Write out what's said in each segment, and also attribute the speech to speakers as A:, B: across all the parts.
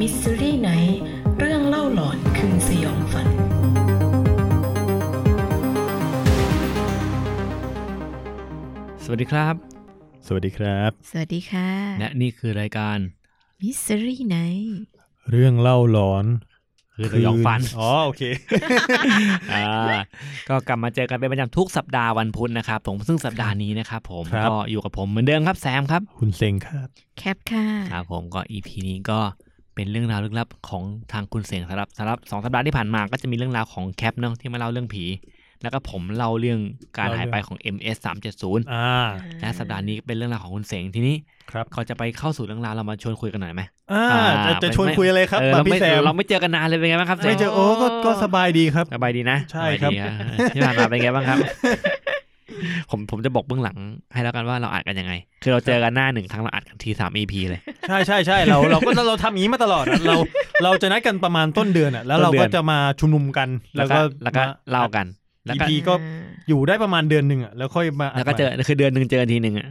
A: มิสซิรี่ไนท์เรื่องเล่าหลอนคืนสยองฝัน
B: สวัสดีครับ
C: สวัสดีครับ
A: สวัสดีค่ะ
B: และนี่คือรายการ
A: มิสซิรี่ไนท์
C: เรื่องเล่าหลอน
B: คือสยอง ฟัน
C: อ๋อโอเค
B: อ่าก็กลับมาเจอกันเป็นประจำทุกสัปดาห์วันพุธนะครับผมซึ่งสัปดาห์นี้นะครับผม
C: ครับ
B: ก็อยู่กับผมเหมือนเดิมครับแซมครับ
C: คุณเซงครับ
A: แคปค่ะ
B: ครับผมก็อีพีนี้ก็เป็นเรื่องราวลึกลับของทางคุณเสียงสำหรับสำหรับสองสัปดาห์ที่ผ่านมาก็จะมีเรื่องราวของแคปเนาะที่มาเล่าเรื่องผี แล้วก็ผมเล่าเรื่องการหายไปของ MS 370
C: อ่า
B: และสัปดาห์นี้ก็เป็นเรื่องราวของคุณเสียงทีนี้
C: ครับ
B: ก่อนจะไปเข้าสู่เรื่องราวเรามาชวนคุยกันหน่อยไหม
C: อ่าจะจะชวนคุยอะไรครับ
B: เออ
C: มา
B: เราไม่
C: พี่แซม
B: เราไม่เจอกันนานเลยเป็นไงบ้างครับ
C: ไม่เจอโอ้ก็ก็สบายดีครับ
B: สบายดีนะ
C: ใช่ครับ
B: สายดีฮะที่ผ่านมาเป็นไงบ้ างครับ ผมผมจะบอกเบื้องหลังให้แล้วกันว่าเราอัดกันยังไง คือเราเจอกันหน้าหนึ่งครั้งเราอัดกันทีสาม EP เลย
C: ใช่ใช่ใช่เราเราก็เราเราทำอย่างนี้มาตลอดนะเราเราจะนัดกันประมาณต้นเดือนอ่ะแล้วเรา
B: ต้นเดื
C: ก็
B: อน
C: จะมาชุมนุมกัน
B: แล้วก็แล้วก็
C: มา
B: เล่ากัน แล้วก็
C: EP ก็อยู่ได้ประมาณเดือนหนึ่งอ่ะแล้วค่อยมา
B: แล้วก็เจอคือเดือนหนึ่งเจอกันทีหนึ่งอะ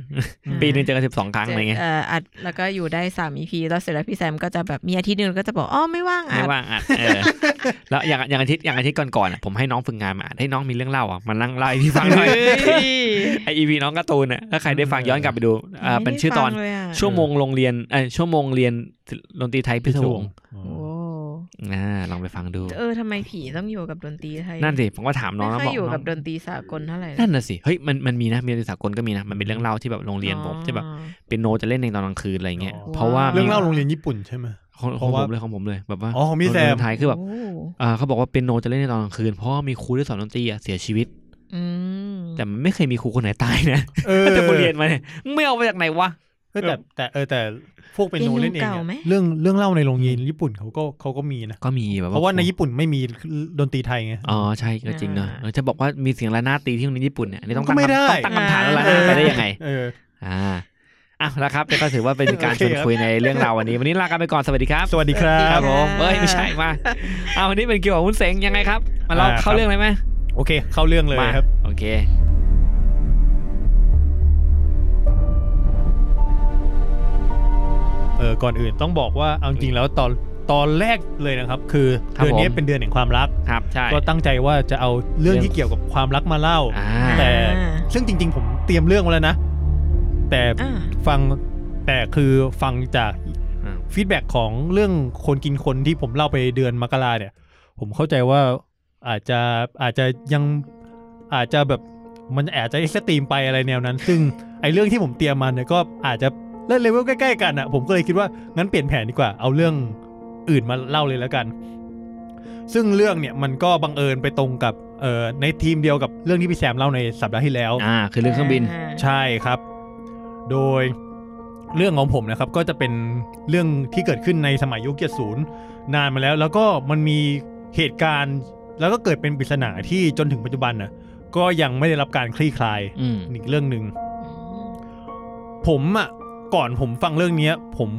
B: ปีหนึ่งเจอกันสิบสองครั้งอะไรเงี้ย
A: เอ่ออัดแล้วก็อยู่ได้สามอีพีแล้วเสร็จแล้วพี่แซมก็จะแบบมีอาทิตย์หนึงก็จะบอกอ๋อไม่ว่างอ่ะ
B: ไม่ว่างอัดเออแล้วอย่างอย่างอาทิตย์อย่างอาทิตย์ก่อนๆอะผมให้น้องฝึกงานมาอัดให้น้องมีเรื่องเล่าอ่ะมานั่งเล่าให้พี่ฟังหน่อยไอ EP น้องการ์ตูนอ่ะถ้าใครได้ฟังย้อนกลับไปดูอ่าเป็นชื่อตอน ชั่วโมงโรงเรียนเออชั่วโมงเรียนดนตรีไทยพิศวง
C: อ๋อ
A: โอ้
B: อ่าลองไปฟังดู
A: เออทำไมผีต้องอยู่กับดนตรีไทย
B: นั่นสิ ผมก็ถามน้องแล้ว
A: ไม่ค่
B: บ
A: อ
B: อย ก
A: อยู่
B: น้
A: กับ
B: อง
A: ดนตรีสากลเท่าไหร่
B: นั่นน่ะสิ เฮ้ย มันมันมีนะ มีดนตรีสากลก็มีนะ มันเป็นเรื่องเล่าที่แบบโรงเรียนผมจะแบบเป็นโนจะเล่นในตอนกลางคืนอะไรเงี้ย เพราะว่า
C: เรื่องเล่าโรงเรียนญี่ปุ่นใช่ไหม
B: ของ
C: เพ
B: ของ
C: ราะ
B: ผ
C: ว่าม
B: เลยของผมเลยแบบว่า
C: อ๋อของพี่แซม
B: ดนตรีไทยคือแบบ
A: โ
B: เอ่อเขาบอกว่าเป็นโนจะเล่นในตอนกลางคืน เพราะว่ามีครูที่สอนดนตรีอะเสียชีวิต
A: อืม
B: แต่มันไม่เคยมีครูคนไหนตายนะ
C: เออ
B: แต่กูเรียนมาเนี่ยไม่เอามาจากไหนวะ
C: เออแต่แต่เออแต่พวกเป็นโนเล่นเอง
A: เปียโนเก่าไหม
C: อะเรื่องเรื่องเล่าในโรงเรียนญี่ปุ่นเขาก็เขาก็มีนะ
B: ก็มีแบบว่า
C: เพราะว่าในญี่ปุ่นไม่มีดนตรีไทยไง
B: อ๋อใช่ก็จริงเนอะ
A: อ่า
B: เออจะบอกว่ามีเสียงระนาดตีที่โรงเรียนญี่ปุ่นเนี่ยอันนี่ต้อง
C: ก็
B: ตั้ง
C: ไม่ได้
B: คำต้องตั้งคำถามแล้วระนาดไปได้ยังไง
C: เออ
B: อ่าอ่ะแล้วครับก็ถือว่าเป็นการ
C: โอ
B: ช
C: เค
B: วนคุยในเรื่องราววันนี้ วันนี้ลากันไปก่อนสวัสดีครับ
C: สวัสดีครั
A: สวัสดีครับ บ
B: ผมเอ้ยไม่ใช่มาเอาวันนี้เป็นเกี่ยวกับวุ้นเสงยังไงครับ มาเรา
C: อ่า
B: เข้า
C: ครับ
B: เรื่องเลยไหม
C: โอเค เข้าเรื่องเลย
B: มา
C: ครับ
B: โอเค
C: เออก่อนอื่นต้องบอกว่าเอาจริงๆแล้วตอนตอนแรกเลยนะครับ คือเดือนนี้เป็นเดือนแห่งความรัก
B: ครับใช่
C: ก็ตั้งใจว่าจะเอาเรื่องที่เกี่ยวกับความรักมาเล่า
B: อ่า
C: แต่ซึ่งจริง ๆ ผมเตรียมเรื่องไว้แล้วนะ แต่
A: อ่า
C: ฟังแต่คือฟังจาก
B: อ่า
C: ฟีดแบ็ของเรื่องคนกินคนที่ผมเล่าไปเดือนมกราเนี่ย ผมเข้าใจว่าอาจจะอาจจะยังอาจจะแบบมันอาจจะเอ็กซ์ตรีมไปอะไรแนวนั้น ซึ่งไอเรื่องที่ผมเตรียมมาเนี่ยก็อาจจะเล่นเลเวลใกล้ๆกันอ่ะ ผมก็เลยคิดว่างั้นเปลี่ยนแผนดีกว่า เอาเรื่องอื่นมาเล่าเลยแล้วกัน ซึ่งเรื่องเนี่ยมันก็บังเอิญไปตรงกับเอ่อในทีมเดียวกับเรื่องที่พี่แซมเล่าในสัปดาห์ที่แล้ว
B: อ่าคือเรื่องเครื่องบิน
C: ใช่ครับ โดยเรื่องของผมนะครับก็จะเป็นเรื่องที่เกิดขึ้นในสมัยยุค 70 นานมาแล้ว แล้วก็มันมีเหตุการณ์ แล้วก็เกิดเป็นปริศนาที่จนถึงปัจจุบันน่ะก็ยังไม่ได้รับการคลี่คลาย
B: อืม
C: อีกเรื่องหนึ่ง ผมอ่ะก่อนผมฟังเรื่องเนี้ย ผม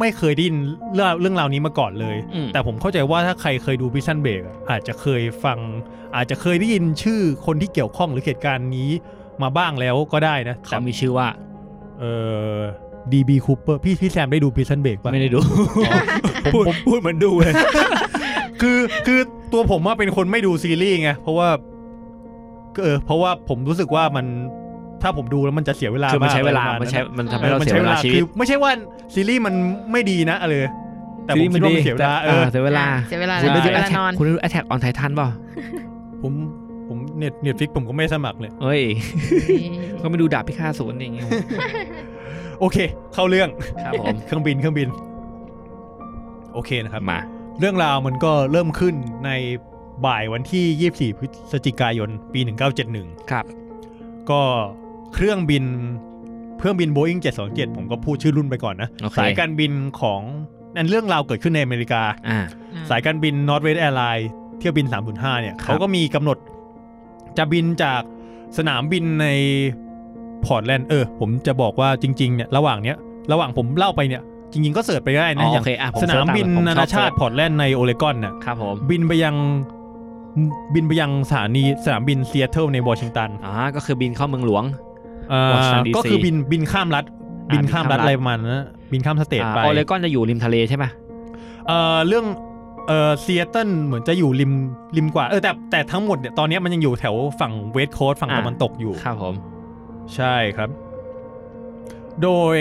C: ไม่เคยได้ยินเรื่องเรื่องราวนี้มาก่อนเลย
B: อืม
C: แต่ผมเข้าใจว่าถ้าใครเคยดูพิซซันเบรกอาจจะเคยฟัง อาจจะเคยได้ยินชื่อคนที่เกี่ยวข้องหรือเหตุการณ์นี้มาบ้างแล้วก็ได้นะ
B: เขา
C: แต่
B: มีชื่อว่า
C: เอ่อดีบีคูเปอร์พี่พี่แซมได้ดูพิซซันเบรกป่ะ
B: ไม่ได้ดู
C: พูดพูดเหมือนดูเลย คือคือตัวผมว่าเป็นคนไม่ดูซีรีส์ไง เพราะว่าเออเพราะว่าผมรู้สึกว่ามันถ้าผมดูแล้วมันจะเสียเวลา
B: คือมันใช้เวลา
C: กอะไร
B: มั
C: ประ
B: น
C: ณ
B: ใช้มันทำให้
C: อ
B: เรา
C: อมัน
B: เสีย
C: ใช้
B: เวลาชีวิต
C: คือไม่ใช่ว่าซีรีส์มันไม่ดีนะเออแต่ผมคิดว่ามันเสียเวลาเออ
B: เสียเวลา
A: เสียเวลา
B: คุณ
A: เว
B: ได้ดู
A: ลานอน
B: Attack- คุณได้ดูแอทแทกออนไททันป่ะ
C: ผมผมเน็ตเน็ตฟิกผมก็ไม่สมัครเลย
B: เอ้ย ก็ไม่ดูดาบพิฆาตศูนย์อย่างเงี้ย
C: โอเค เข้าเรื่อง
B: ครับผม
C: เครื่องบินเครื่องบิน โอเคนะครับ
B: มา
C: เรื่องราวมันก็เริ่มขึ้นในบ่ายวันที่ 24 พฤศจิกายน ปี 1971
B: ครับ
C: ก็เครื่องบินเครื่องบิน Boeing 727 ผมก็พูดชื่อรุ่นไปก่อนนะ
B: โอเค
C: สายการบินของนั่นเรื่องราวเกิดขึ้นในอเมริกา
B: อ่า
C: สายการบิน Northwest Airlines เที่ยวบิน 305 เนี่ย
B: ครับ
C: เขาก็มีกำหนด จะบินจากสนามบินในพอร์ตแลนด์เออ ผมจะบอกว่าจริงๆเนี่ยระหว่างเนี้ยระหว่างผมเล่าไปเนี่ยจริง ๆ ก็เสิร์ชไปได้
B: อ๋
C: นะ
B: อ
C: อ
B: อย่าง โอเคอ่ะผม
C: สนามบิน
B: เสิร์ชตม
C: นานาชาติพอร์ตแลนด์ในโอเรกอนน่ะ
B: ครับผม
C: บินไปยังบินไปยังสถานีสนามบินซีแอตเทิลในวอชิงตัน
B: อ่าก็คือบินเข้าเมืองหลวง
C: เอ่อ
B: Washington DC
C: ก็คือบินบินข้ามรัฐ
B: อ่า
C: บินข้าม
B: บินข้ามรั
C: รัฐ
B: ฐ
C: อะไรประมาณนั้นนะบินข้ามสเตท
B: อ่า
C: ไป
B: โอเรกอนจะอยู่ริมทะเลใช่ไหม
C: เอ่อเรื่องเอ่อซีแอตเทิลเหมือนจะอยู่ริมริมกว่าเออแต่แต่ทั้งหมดเนี่ยตอนเนี้ยมันยังอยู่แถวฝั่งเวสต์โคสต์ฝั่งตะวันตกอยู่
B: ครับผม
C: ใช่ครับ โดย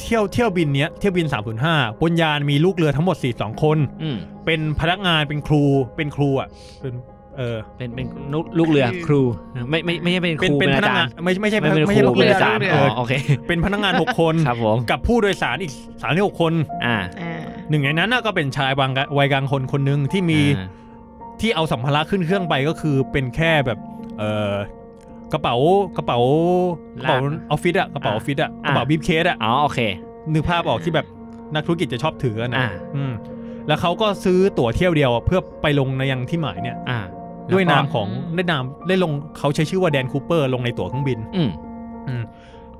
C: เที่ยวเที่ยวบินเนี้ยเที่ยวบิน 305บนยานมีลูกเรือทั้งหมด 42 คน
B: อืม
C: เป็นพนักงานเป็นครูเป็นครูอ่ะเป็นเออ
B: เป็นเป็นลูกลูกเรือครูไม่ไม่ไม่ใช่เป็นค
C: เป็น
B: รู
C: เป็น
B: เป็น
C: พ
B: อา
C: นั
B: จาง
C: การ น
B: ย์
C: ไม่ไม่ใช่
B: ไม่เป็น
C: ไม่
B: ค
C: ใช่
B: รู
C: ลูก
B: เป็น
C: เรือ
B: อาจารย์
C: เอ
B: อ๋
C: อ
B: อโอเค
C: เป็นพนักงานหกคน
B: ครับผม
C: กับผู้โดยสารอีกสามหกคน
B: อ่า
A: อ่า
C: หนึ่งในนั้นน่ะก็เป็นชายวังวัยกลางคนคนหนึ่งที่มี
B: อ่า
C: ที่เอาสัมภาระขึ้นเครื่องไปก็คือเป็นแค่แบบเออกระเป๋ากระเป๋ากระเป๋าออฟฟิศอะกระเป๋าออฟฟิศอะกระเป๋าบีบเคสอะ
B: อ๋อโอเค
C: นึกภาพออกที่แบบนักธุรกิจจะชอบถือกันนะ
B: อ่า
C: อืมแล้วเขาก็ซื้อตั๋วเที่ยวเดียวอะเพื่อไปลงในยังที่หมายเนี่ย
B: อ่าแล้วก็
C: ด้วยนามของได้นามได้ลงเขาใช้ชื่อว่าแดนคูเปอร์ลงในตั๋วเครื่องบิน
B: อืม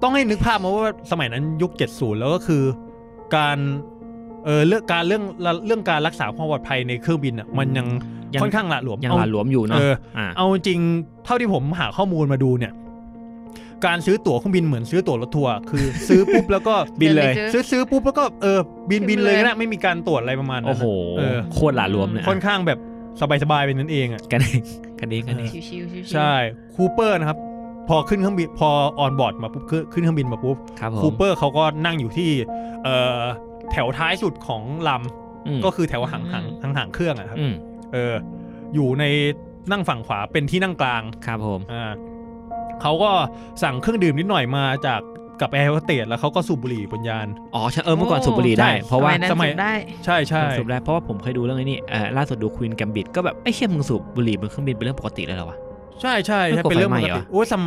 C: ต้องให้นึกภาพมาว่าสมัยนั้นยุค 70 แล้วก็คือการเออเรื่องการเรื่องเรื่องการรักษาความปลอดภัยในเครื่องบินอ่ะมันยังค่อนข้างหละหลวม
B: ยัง
C: เอา
B: หลาหลวมอยู่เนาะ
C: เออ
B: อ่า
C: เอาจริงเท่าที่ผมหาข้อมูลมาดูเนี่ย การซื้อตั๋วเครื่องบินเหมือนซื้อตั๋วรถทัวร์คือ ซื้อปุ๊บแล้วก็
B: บินเลย
C: ซื้อซื้อปุ๊บแล้วก็เออบิน
A: บิ
C: บิน
A: น
C: เล
A: เลย ย
C: ก็ได้ไม่มีการตรวจอะไรประมาณนั้
B: โอ้
C: น
B: โห
C: นะ เออ
B: โคตรหลาหลวมเนี่ย
C: ค่อนข้างแบบสบายๆเป็นนั่นเองอ่ะ
B: กันเอง กันเองกันเอง
A: ชิวๆชิวๆ
C: ใช่คูเปอร์นะครับ พอขึ้นเครื่องบินพอออนบอร์ดมาปุ๊บขึ้นขึ้นเครื่องบินมาปุ๊บ
B: ครับผ
C: คู
B: ม
C: เปอร์เขาก็นั่งอยู่ที่เอ่อแถวท้ายสุดของล
B: อืม
C: ำก็คือแถวหางหางหางหางเครื่องอะครับ
B: อืม
C: เอออยู่ในนั่งฝั่งขวาเป็นที่นั่งกลาง
B: ครับผม
C: อ่าเขาก็สั่งเครื่องดื่มนิดหน่อยมาจากกับแอร์โฮสเตสแล้วเขาก็สูบบุหรี่บนยาน
B: อ๋อใช่เออเมื่อก่อนสูบบุหรี่ได้
C: ใช่
B: เพราะว่า
A: สมัยนั้น
C: สมัย
A: สูบได้
C: ใช่ใช่
B: สูบได้เพราะว่าผมเคยดูเรื่องไอ้นี่เอ่อล่าสุดดูควีนแกมบิดก็แบบไอ้ยเชี่ยมึงสูบบุหรี่บนเครื่องบินเป็นเรื่องปกติเลยเหรอวะ
C: ใช่ใช่
B: ไม่
C: ใช่
B: กลัว
C: เป็นเรื่อง
B: ไฟ
C: ป
B: ไหม้
C: ก
B: เหรอ
C: ติโอ้ยสม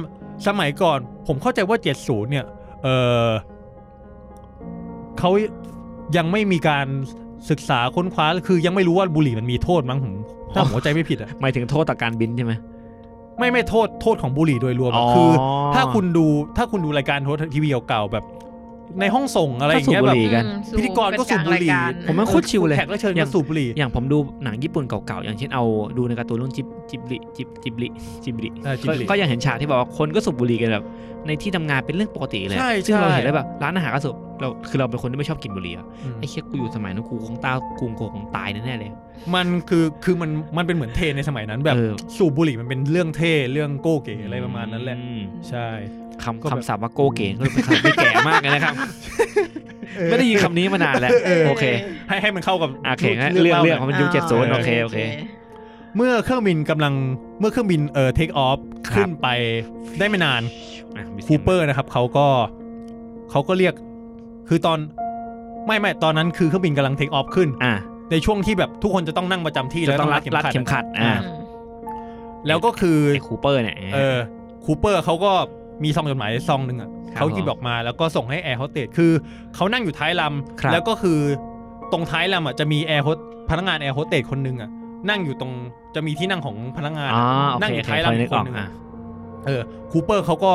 C: สมัยก่อนผมเข้าใจว่า 70 เนี่ย เออเขายังไม่มีการศึกษาค้นคว้า คือยังไม่รู้ว่าบุหรี่มันมีโทษมั้งผมถ้าผมเข้าใจไม่ผิดอ่ะ
B: หมายถึงโทษต่อการบินใช่ไหม
C: ไม่ไม่โทษโทษของบุหรี่โดยรวมอะ
B: อ๋อ
C: คือ ถ้าคุณดูถ้าคุณดูรายการโทรทัศน์ทีวีเก่าๆแบบ ในห้องส่งอะไรอย่างเงี้ย
B: ก็สูบบุห
C: แบบ
B: รี่ กัน
A: อืม
C: พิธีกรก็สูบบุหรี่
B: ผ
A: เป็นกลางายการ
B: มว่าโคตรชิลเลย
C: แขกรับเชิญ
B: อย่า
C: ก็
B: ง
C: สูบบุหรี่
B: อย่างผมดูหนังญี่ปุ่นเก่าๆ อย่างเช่นเอาดูในการ์ตูนเรื่องจิบจิบลิจิบจิบลิจิบลิ
C: เออจิบ
B: ก็
C: บุหรี่
B: ก็ยังเห็นฉากที่บอกว่าคนก็สูบบุหรี่กันแบบในที่ทำงานเป็นเรื่องปกติเลย
C: ใช่
B: ซึ่งเรา
C: ใช่
B: เห็นแล้วแบบร้านอาหารก็สูบเราคือเราเป็นคนที่ไม่ชอบกินบุหรี่อะ
C: อืม
B: ไอ้เชี่ยกูอยู่สมัยนั้นกูคงตายกูคงตายแน่ๆเลย
C: มันคือคือมันมันเป็นเหมือนเทรนในสมัยนั้นแบบ
B: เออ
C: สูบบุหรี่มันเป็นเรื่องเท่เรื่องโก้เก๋อะไรประมาณนั้นแหละ
B: อืม
C: ใช่
B: คำ
C: ก็แบบ
B: คำศัพท์ว่าโกเก๋ก็เป็นคำที่แก่มากเลยนะครับไม่ได้ยินคำนี้มานานแล้วโอเค
C: ให้ให้มันเข้ากับ
B: อ่ะโอเคงั้นเรื่องเรื่องของมันยุคเจ็ดศูนย์
A: า
B: โอเคโอเค
C: เมื่อเครื่องบินกำลังเมื่อเครื่องบินเอ่อเทคออฟ
B: ครับ
C: ขึ้นไปได้ไม่นาน
B: อ่ะมีสี
C: คู
B: ยง
C: เปอร์นะครับเขาก็เขาก็เรียกคือตอนไม่ไม่ตอนนั้นคือเครื่องบินกำลังเทคออฟขึ้น
B: อ่ะ
C: ในช่วงที่แบบทุกคนจะต้องนั่งประจำที่
B: จะ
C: แล้ว
B: ต้
C: ต้
B: อ
C: อง ง
B: รั
C: รั
B: ด
C: ด
B: รัดเข็
C: เข็
B: ม
C: ม
B: ขั
C: ขั
B: ด
C: ด
B: อ่ะ
A: อืม
C: แล้วก็คือ
B: ไอ้คูเปอร์เนี่ย
C: เออคูเปอร์เขาก็มีซองจดหมายซองหนึ่งอ่ะ
B: ครับ
C: เขาหยิบออกมาแล้วก็ส่งให้แอร์โฮสเตสคือเขานั่งอยู่ท้าย
B: ค
C: ล
B: รับ
C: ำแล้วก็คือตรงท้ายลำอ่ะจะมีแอร์โฮสพนักงานแอร์โฮสเตสคนหนึ่งอ่ะนั่งอยู่ตรงจะมีที่นั่งของพนักงาน
B: อ๋อโอ
C: นั่ง
B: เค
C: อยู่
B: โอเค
C: ท้าย
B: พอ
C: ลำ
B: นึก
C: ค
B: อน อก
C: หนึ่ง
B: อ่ะ
C: เออคูเปอร์เขาก็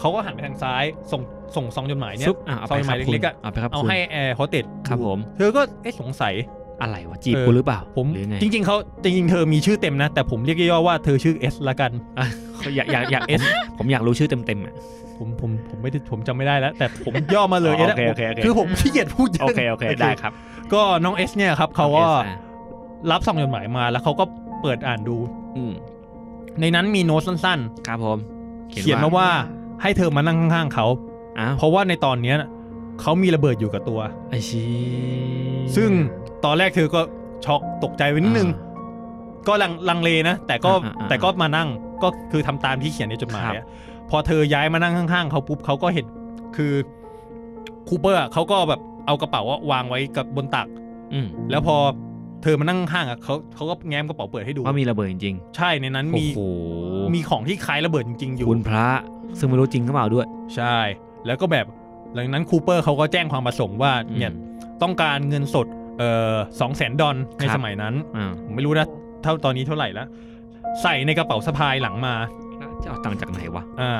C: เขาก็หันไปทางซ้ายส่งส่งซองจดหมายเนี่ย
B: ซุปอ่ะเอาไปค
C: ซอยห
B: รับ
C: มาย
B: คุณ
C: เล็กๆอะ
B: เอาไปครับ
C: เอา
B: คุณ
C: ให้แอร์โฮสเตส
B: ครับผม
C: เธอก็เอ๊ะสงสัย
B: อะไรวะจีบ
C: เออ
B: กูหรือเปล่า
C: ผม
B: หรือไง
C: จริงๆเขาจริงๆเธอมีชื่อเต็มนะ แต่ผมเรียกย่อๆว่าเธอชื่อเอสละกัน
B: อยากอยากอยากเอสผมอยากรู้ชื่อเต็มๆอ่ะ
C: ผมผมผมไม่ได้ผมจำไม่ได้แล้ว แต่ผมย่อมาเลย
B: อ๋อ
C: นะ
B: โอเคโอเคโอเค
C: คือผมขี้เกียจพูดเย
B: โอ
C: อะ
B: เคโอเคได้ครับ
C: ก็น้องเอสเนี่ยครับเขาก็
B: อสอ่ะ
C: รับส่งจดหมายมาแล้วเขาก็เปิดอ่านดู
B: อืม
C: ในนั้นมีโน้ตสั้น
B: ครับผม
C: ๆ เขียนมาว่าให้เธอมานั่งข้างๆเขา
B: อ้าว
C: เพราะว่าในตอนเนี้ยน่ะเขามีระเบิดอยู่กับตัว
B: ไอชี
C: ซึ่งตอนแรกเธอก็ช็อกตกใจไปนิดนึง
B: อ่า
C: ก็ลังลังเลนะ แต่ก็
B: อ่าอ่าอ่า
C: แต่ก็มานั่งก็คือทำตามที่เขียนในจดหมายอะพอเธอย้ายมานั่งข้างๆเขาปุ๊บเขาก็เห็นคือคูเปอร์อะเขาก็แบบเอากระเป๋าอะวางไว้กับบนตัก
B: ืม
C: แล้วพอเธอมานั่งข้างๆอะเขาเขาก็แง้มกระเป๋าเปิดให้ดู
B: ว่ามีระเบิดจริง
C: ใช่ในนั้น
B: ๆโอ้
C: มี
B: โห
C: มีของที่คล้ายระเบิดจริงๆอยู่
B: คุณพระ ซึ่งไม่รู้จริงก็เปล่าด้วย
C: ใช่ แล้วก็แบบหลังนั้นคูเปอร์เขาก็แจ้งความประสงค์ว่า
B: อืม
C: เนี่ยต้องการเงินสดเอ่อสองแสนดอล
B: ค
C: ใน
B: รับ
C: สมัยนั้น
B: อ่า
C: ผมไม่รู้นะเท่าตอนนี้เท่าไหร่ละ ใส่ในกระเป๋าสะพายหลังมา
B: แล้วจะเอาตังค์จากไหนวะ
C: อ่า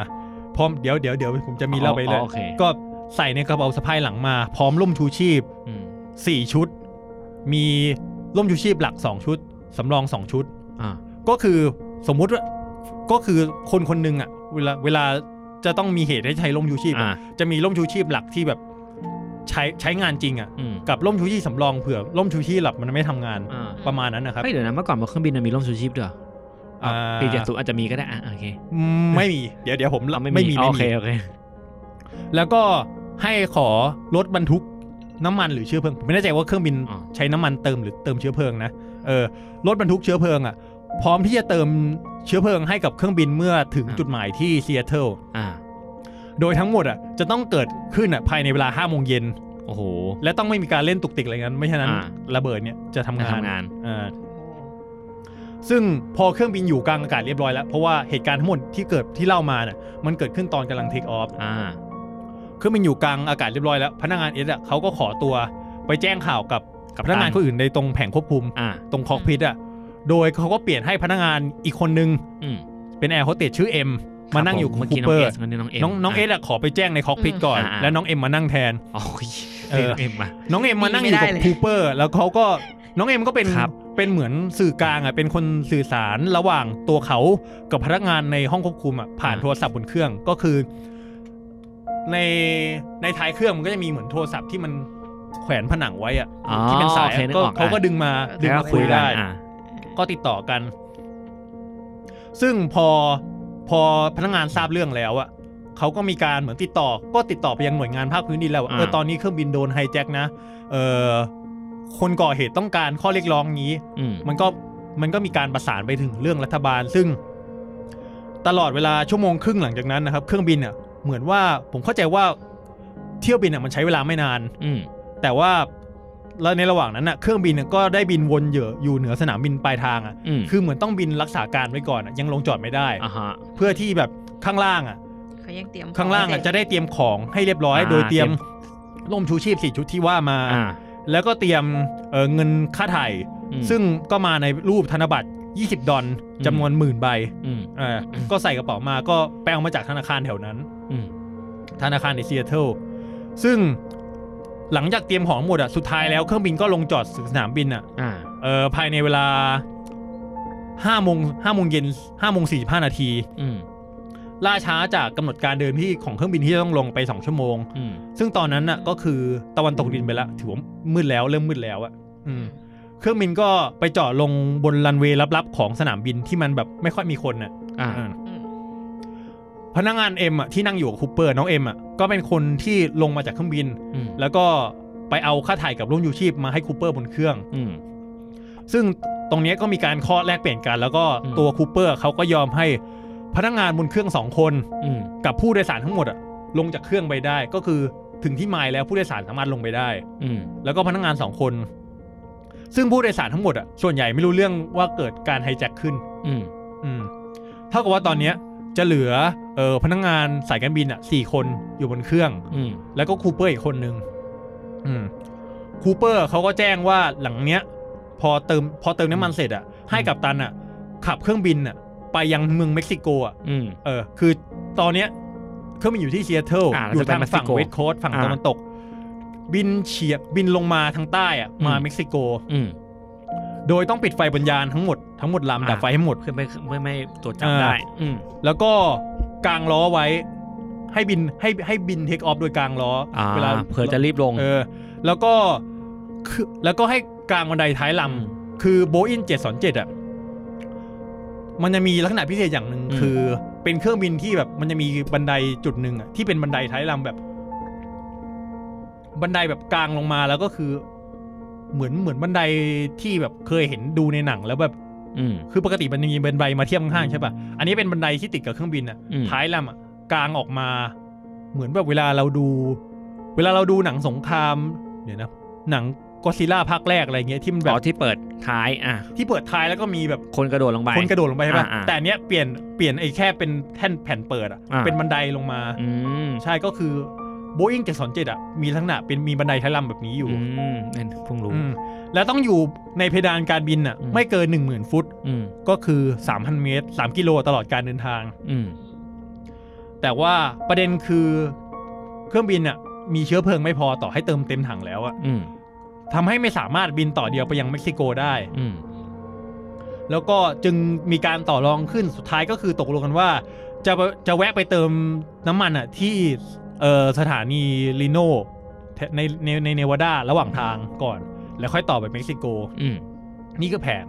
C: พร้อมเดี๋ยวเดี๋ยวเดี๋ยวผมจะมี
B: อ๋อ
C: เล่าไปเล
B: อ๋
C: ย
B: อโอเค
C: ก็ใส่ในกระเป๋าสะพายหลังมา พร้อมร่มชูชีพ
B: อืม
C: 4 ชุด มีร่มชูชีพหลัก 2 ชุด สำรอง 2 ชุด
B: อ่า
C: ก็คือสมมุติว่าก็คือคนคนหนึ่งอ่ะเวลาเวลาจะต้องมีเหตุให้ใช้ร่มชูชีพอะ
B: อ่า
C: จะมีร่มชูชีพหลักที่แบบใช้ใช้งานจริงอ่ะ
B: อืม
C: กับร่มชูชีพสำรองเผื่อร่มชูชีพหลักมันไม่ทำงาน
B: อ่า
C: ประมาณนั้นนะครับ
B: เฮ้ยเดี๋ยวนะเมื่อก่อนบนเครื่องบินมันมีร่มชูชีพด้วยเหรออ่ะ
C: อ่า
B: ปีเจ็ดศูนย์อาจจะมีก็ได้อ่ะโอเค
C: อืมไม่มีเดี๋ยวเดี๋ยวผม
B: เราไม่
C: ไม่
B: มี
C: มี
B: อ๋อ
C: ไม่
B: โอเค
C: มี
B: โอเค
C: แล้วก็ให้ขอรถบรรทุกน้ำมันหรือเชื้อเพลิงผมไม่แน่ใจว่าเครื่องบิน
B: อ่า
C: ใช้น้ำมันเติมหรือเติมเชื้อเพลิงนะเออรถบรรทุกเชื้อเพลิงอ่ะ พร้อมที่จะเติมเชื้อเพลิงให้กับเครื่องบินเมื่อถึงจุดหมายที่ซีแอตเทิล
B: อ่า
C: โดยทั้งหมดอ่ะจะต้องเกิดขึ้นอ่ะภายในเวลา5โมงเย็น
B: โอ้โห
C: และต้องไม่มีการเล่นตุกติกอะไรงั้น ไม่ฉะนั้น
B: อ่า
C: ระเบิดเนี่ยจะ
B: น่าง
C: ทำาน
B: ทำงาน
C: อ่าซึ่งพอเครื่องบินอยู่กลางอากาศเรียบร้อยแล้วเพราะว่าเหตุการณ์ทั้งหมดที่เกิดที่เล่ามาน่ะมันเกิดขึ้นตอนกำลังเทคออฟ
B: อ่า
C: เครื่องบินอยู่กลางอากาศเรียบร้อยแล้ว พนักงานเอสอ่ะเขาก็ขอตัวไปแจ้งข่าวกับ
B: กับ
C: พนักงานคนอื่นในตรงแผงควบคุม
B: อ่า
C: ตรงคอกพิทอ่ะโดยเขาก็เปลี่ยนให้พนักงานอีกคนนึง
B: อืม
C: เป็นแอร์โฮสเตสชื่อเอ็มมานั่งอยู่กับ
B: เมื่อ
C: คู
B: กี้
C: เป
B: น้อ
C: อ
B: เอ
C: งร์
B: สคนนี้น้องเอ็ม
C: น้องน้องเอสอ่ะขอไปแจ้งในคอกพิทก่อน
B: อ่า
C: แล้วน้องเอ็มมานั่งแทน
B: โอ้ย
C: เอ
B: น้
C: อ
B: องเอ็มมา
C: น้องเอ็มมานั่งอยู่กั
A: ห
C: บ
A: นีไม่ได้เลย
C: คูเปอร์แล้วเขาก็น้องเอ็มก็เป็น
B: ครับ
C: เป็นเหมือนสื่อกลางอ่ะเป็นคนสื่อสารระหว่างตัวเขากับพนักงานในห้องควบคุมอ่ะผ่านโทรศัพท์บนเครื่องก็คือ ในในท้ายเครื่องมันก็จะมีเหมือนโทรศัพท์ที่มันแขวนผนังไว้อ่ะ
B: อ๋อ
C: ที่เป็นสา
B: โอ
C: ยอะ
B: เคนึก
C: ก็
B: ออก
C: เขาก็
B: อ่ะ
C: ดึงมาดึง
B: แล้ว
C: มา
B: ก็
C: คุย
B: กัน
C: ได้
B: อ่า
C: ก็ติดต่อกัน ซึ่งพอพอพนักงานทราบเรื่องแล้วอะเขาก็มีการเหมือนติดต่อ ก็ติดต่อไปยังหน่วยงานภาคพื้นดินแล้วว่า
B: อ่า
C: เออตอนนี้เครื่องบินโดนไฮแจ็คนะ เออคนก่อเหตุต้องการข้อเรียกร้องนี้
B: อืม
C: มันก็มันก็มีการประสานไปถึงเรื่องรัฐบาล ซึ่ง ตลอดเวลาชั่วโมงครึ่งหลังจากนั้นนะครับ เครื่องบินเนี่ยเหมือนว่าผมเข้าใจว่าเที่ยวบินเนี่ยมันใช้เวลาไม่นาน
B: อืม
C: แต่ว่าแล้วในระหว่างนั้นน่ะเครื่องบินน่ะก็ได้บินวนเหยอะอยู่เหนือสนามบินปลายทางอ่ะ
B: อืม
C: คือเหมือนต้องบินรักษาการไว้ก่อนอะยังลงจอดไม่ได้
B: อ่าฮะ
C: เพื่อที่แบบข้างล่างอ่ะ
A: เขายังเตรียม
C: ข้างล่างอ่ะ
A: เสร็
C: จะได้เตรียมของให้เรียบร้อย
B: อ่า
C: โดยเตรียม
B: เตรี
C: ร่มชูชีพสี่ชุดที่ว่ามา
B: อ่า
C: แล้วก็เตรียมเอ่อเงินค่าไถ่
B: อืม
C: ซึ่งก็มาในรูปธนบัตร 20 ดอล
B: อืม
C: จำนวนหมื่นใบ
B: อืม
C: เอ่อก็ใส่กระเป๋ามาก็ไปเอามาจากธนาคารแถวนั้น
B: อืม
C: ธนาคารในซีแอตเทิลซึ่งหลังจากเตรียมของหมดอ่ะสุดท้ายแล้วเครื่องบินก็ลงจอดสนามบินอ่ะ
B: อ่า
C: เออภายในเวลาห้าโมงห้าโมงเย็นห้าโมงสี่ห้านาที
B: อืม
C: ล่าช้าจากกำหนดการเดินที่ของเครื่องบินที่จะต้องลงไป 2 ชั่วโมง
B: อืม
C: ซึ่งตอนนั้นน่ะก็คือตะวันตกดินไปแล้วถือว่ามืดแล้วเริ่มมืดแล้วอะอืมเครื่องบินก็ไปจอดลงบนรันเวย์ลับๆ ของสนามบินที่มันแบบไม่ค่อยมีคนน่ะ
B: อ่า
C: อืม
A: อืม
C: พนักงานเอ็มอะที่นั่งอยู่กับคูเปอร์น้องเอ็มอะก็เป็นคนที่ลงมาจากเครื่องบิน
B: อืม
C: แล้วก็ไปเอาค่าถ่ายกับร่มยูชีพมาให้คูเปอร์บนเครื่อง
B: อืม
C: ซึ่งตรงเนี้ยก็มีการข้อแลกเปลี่ยนกัน แล้วก็
B: อืม
C: ตัวคูเปอร์เขาก็ยอมให้พนักงานบนเครื่องสองคน
B: อืม
C: กับผู้โดยสารทั้งหมดอะลงจากเครื่องไปได้ ก็คือถึงที่หมายแล้วผู้โดยสารสามารถลงไปได้
B: อืม
C: แล้วก็พนักงานสองคน ซึ่งผู้โดยสารทั้งหมดอะส่วนใหญ่ไม่รู้เรื่องว่าเกิดการไฮแจ็คขึ้น
B: อืม
C: อืมเท่ากับว่าตอนเนี้ยจะเหลือเออพนักงานสายการบินอะสี่คนอยู่บนเครื่อง
B: อืม
C: แล้วก็คูเปอร์อีกคนนึงอืมคูเปอร์เขาก็แจ้งว่าหลังเนี้ย พอเติมพอเติมน้ำมันเสร็จอะให้กับตันอะขับเครื่องบินอะไปยังเมืองเม็กซิโกอะ
B: อืม
C: เออคือตอนเนี้ยเครื่องบินอยู่ที่ซีแอตเทิล
B: อ่าแล้ว
C: อยู่
B: จะไป
C: ทางฝั่ง
B: Mexico
C: เวสต์โคสต์ฝั่ง
B: อ่า
C: ตะวันตก บินเฉียบบินลงมาทางใต้อะ
B: อืม
C: มาเม็กซิโก
B: อืม
C: โดยต้องปิดไฟบนยานทั้งหมดทั้งหมดลำ
B: อ่า
C: ดับไฟให้หมด
B: คือไม่ไม่ไม่ตรวจ
C: เออ
B: จำได้ อืม
C: แล้วก็กางล้อไว้ ให้บินให้ให้บินเทคออฟโดยกางล้ออ
B: อ่า
C: เวลา
B: เผื่อจะรีบลง
C: เออ แล้วก็คือแล้วก็ให้กางบันไดท้ายล
B: อืม
C: ำคือโบอินเจ็ดสอนเจ็ดอ่ะมันจะมีลักษณะพิเศษอย่างหนึ่ง
B: อืม
C: คือเป็นเครื่องบินที่แบบมันจะมีบันไดจุดหนึ่งอะที่เป็นบันไดท้ายลำแบบ บันไดแบบกลางลงมาแล้วก็คือ เหมือนเหมือนบันไดที่แบบเคยเห็นดูในหนังแล้วแบบ
B: อืม
C: คือปกติมันจะมีบันไดมาเทียบข้างๆใช่ป่ะ อันนี้เป็นบันไดที่ติดกับเครื่องบินอ่ะ
B: อืม
C: ท้ายลำอ่ะกลางออกมา เหมือนแบบเวลาเราดู เวลาเราดูหนังสงคราม เดี๋ยวนะ หนังก็ซิล่าภาคแรกอะไรเงี้ยที่มันแบ
B: อ๋
C: บ
B: อที่เปิดท้ายอ่ะ
C: ที่เปิดท้ายแล้วก็มีแบบ
B: คนกระโดดลงไป
C: คนกระโดดลงไปใช่ป่ะ
B: อ่าๆ
C: แต่อันเนี้ยเปลี่ยนเปลี่ยนไอ้แค่เป็นแท่นแผ่นเปิดอ่ะ
B: อ่า
C: เป็นบันไดลงมา
B: อืม
C: ใช่ก็คือ โบอิงเจ็ดสองเจ็ดอ่ะมีลักษณะเป็นมีบันไดท้ายลำแบบนี้อยู่
B: อืมนั่นเพิ่งรู้
C: อืมแล้วต้องอยู่ในเพดานการบินอ่ะ
B: อืม
C: ไม่เกิน 1 0,000 ฟุต
B: อืม
C: ก็คือ 3,000 เมตร 3 กิโลตลอดการเดินทาง
B: อืม
C: แต่ว่าประเด็นคือเครื่องบินอ่ะมีเชื้อเพลิงไม่พอต่อให้เติมเต็มถังแล้วอ่ะ
B: อืม
C: ทำให้ไม่สามารถบินต่อเดียวไปยังเม็กซิโกได้
B: อืม
C: แล้วก็จึงมีการต่อรองขึ้นสุดท้ายก็คือตกลงกันว่า จะไปจะแวะไปเติมน้ำมันอ่ะที่เอ่อสถานีลิโนในในในเนวาดาระหว่างทางก่อน แล้วค่อยต่อไปเม็กซิโก
B: อืม
C: นี่คือแผน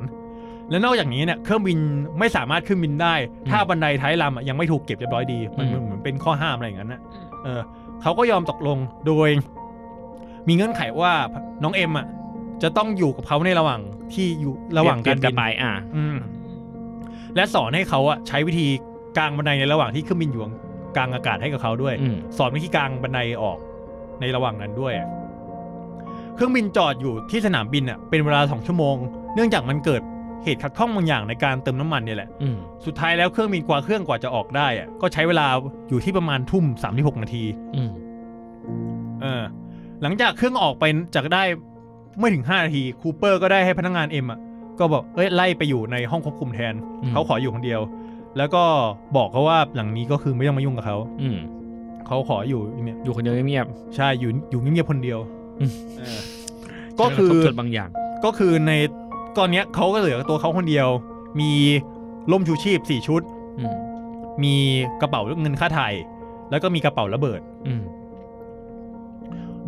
C: และนอกจากนี้เนี่ยเครื่องบินไม่สามารถขึ้นบินได้ ถ้าบันไดท้ายลำอะยังไม่ถูกเก็บเรียบร้อยดี มัน
B: อืม
C: เหมือนเป็นข้อห้ามอะไรอย่างนั้นนะเออเขาก็ยอมตกลงโดย มีเงื่อนไขว่าน้องเอ็มอ่ะจะต้องอยู่กับเขาในระหว่างที่อยู่ระหว่าง
B: เตรี
C: กา
B: ย
C: ร
B: ม
C: บิ
B: จะ
C: น
B: ไปอ่า
C: อืมและสอนให้เขาอ่ะใช้วิธีกางบันไดในระหว่างที่เครื่องบินอยู่กลางอากาศให้กับเขาด้วย
B: อืม
C: สอนวิธีกลางบันไดออกในระหว่างนั้นด้วยอะเครื่องบินจอดอยู่ที่สนามบินอ่ะเป็นเวลาสองชั่วโมง เนื่องจากมันเกิดเหตุขัดข้องบางอย่างในการเติมน้ำมันเนี่ยแหละ
B: อืม
C: สุดท้ายแล้วเครื่องบินกว่าเครื่องกว่าจะออกได้อ่ะก็ใช้เวลาอยู่ที่ประมาณทุ่มสามที่หกนาที
B: อืม
C: เออ หลังจากเครื่องออกไปจากได้ไม่ถึงห้านาทีคูเปอร์ก็ได้ให้พนักงานเอ็มอ่ะก็บอกเอ้ยไล่ไปอยู่ในห้องควบคุมแทน เขาขออยู่คนเดียว แล้วก็บอกเขาว่าหลังนี้ก็คือไม่ต้องมายุ่งกับเขา
B: อืม
C: เขาขออยู่เนี่ย
B: อยู่คนเดียวเงียบ
C: ใช่อยู่อยู่เงียบๆคนเดียว
B: อืม
C: เออ
B: ๆ
C: ก็คือ
B: ทบทวนบางอย่าง
C: ก็คือในตอนเนี้ยเขาก็เหลือตัวเขาคนเดียว มีล่มชูชีพสี่ชุด
B: อืม
C: มีกระเป๋าเงินค่าไทย แล้วก็มีกระเป๋าระเบิด
B: อืม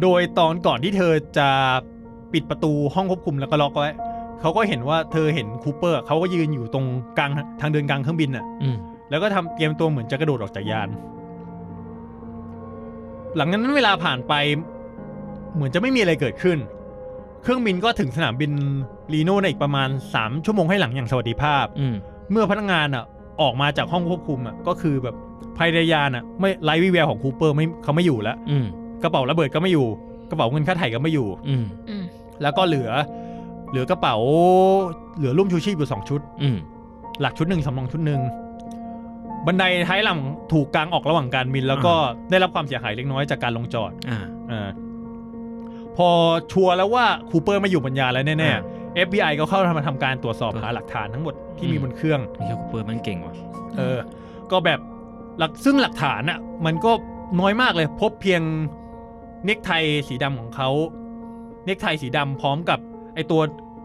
C: โดยตอนก่อนที่เธอจะปิดประตูห้องควบคุมแล้วก็ล็อกไว้เขาก็เห็นว่าเธอเห็นคูเปอร์เขาก็ยืนอยู่ตรงกลางทางเดินกลางเครื่องบินน่ะ
B: อืม
C: แล้วก็ทำเตรียมตัวเหมือนจะกระโดดออกจากยาน หลังจากนั้นเวลาผ่านไป เหมือนจะไม่มีอะไรเกิดขึ้น เครื่องบินก็ถึงสนามบินลีโน่ในอีกประมาณ 3 ชั่วโมงให้หลังอย่างสวัสดิภาพ
B: อืม
C: เมื่อพนักงานอ่ะ ออกมาจากห้องควบคุมอ่ะ ก็คือแบบภายในยานอ่ะ ไม่ไร้วิแววของคูเปอร์ไม่เขาไม่อยู่แล้ว
B: อืม
C: กระเป๋าระเบิดก็ไม่อยู่ กระเป๋าเงินค่าไถ่ก็ไม่อยู่
B: อืม
A: อืม
C: แล้วก็เหลือ เหลือกระเป๋า เหลือลุ่มชูชีพอยู่สองชุด
B: อืม
C: หลักชุดหนึ่งสำรองชุดหนึ่งบันไดท้ายลำถูกกางออกระหว่างการบิน แล้วก็ได้รับความเสียหายเล็กน้อยจากการลงจอด
B: อ่า
C: อาพอชัวร์แล้วว่าคูเปอร์ไม่อยู่บนยานแล้วแน่
B: อ่า
C: ๆ FBI ก็เข้ามาทำการตรวจสอบ
B: ตรวจ
C: หาหลักฐานทั้งหมดที่
B: อืม
C: มีบนเครื่อง
B: เฮียกูเปิดมันเก่งว่ะ
C: เออ ก็แบบหลักซึ่งหลักฐานอ่ะ มันก็น้อยมากเลย พบเพียงเนกไทสีดำของเขาเนกไทสีดำพร้อมกับ ไอตัว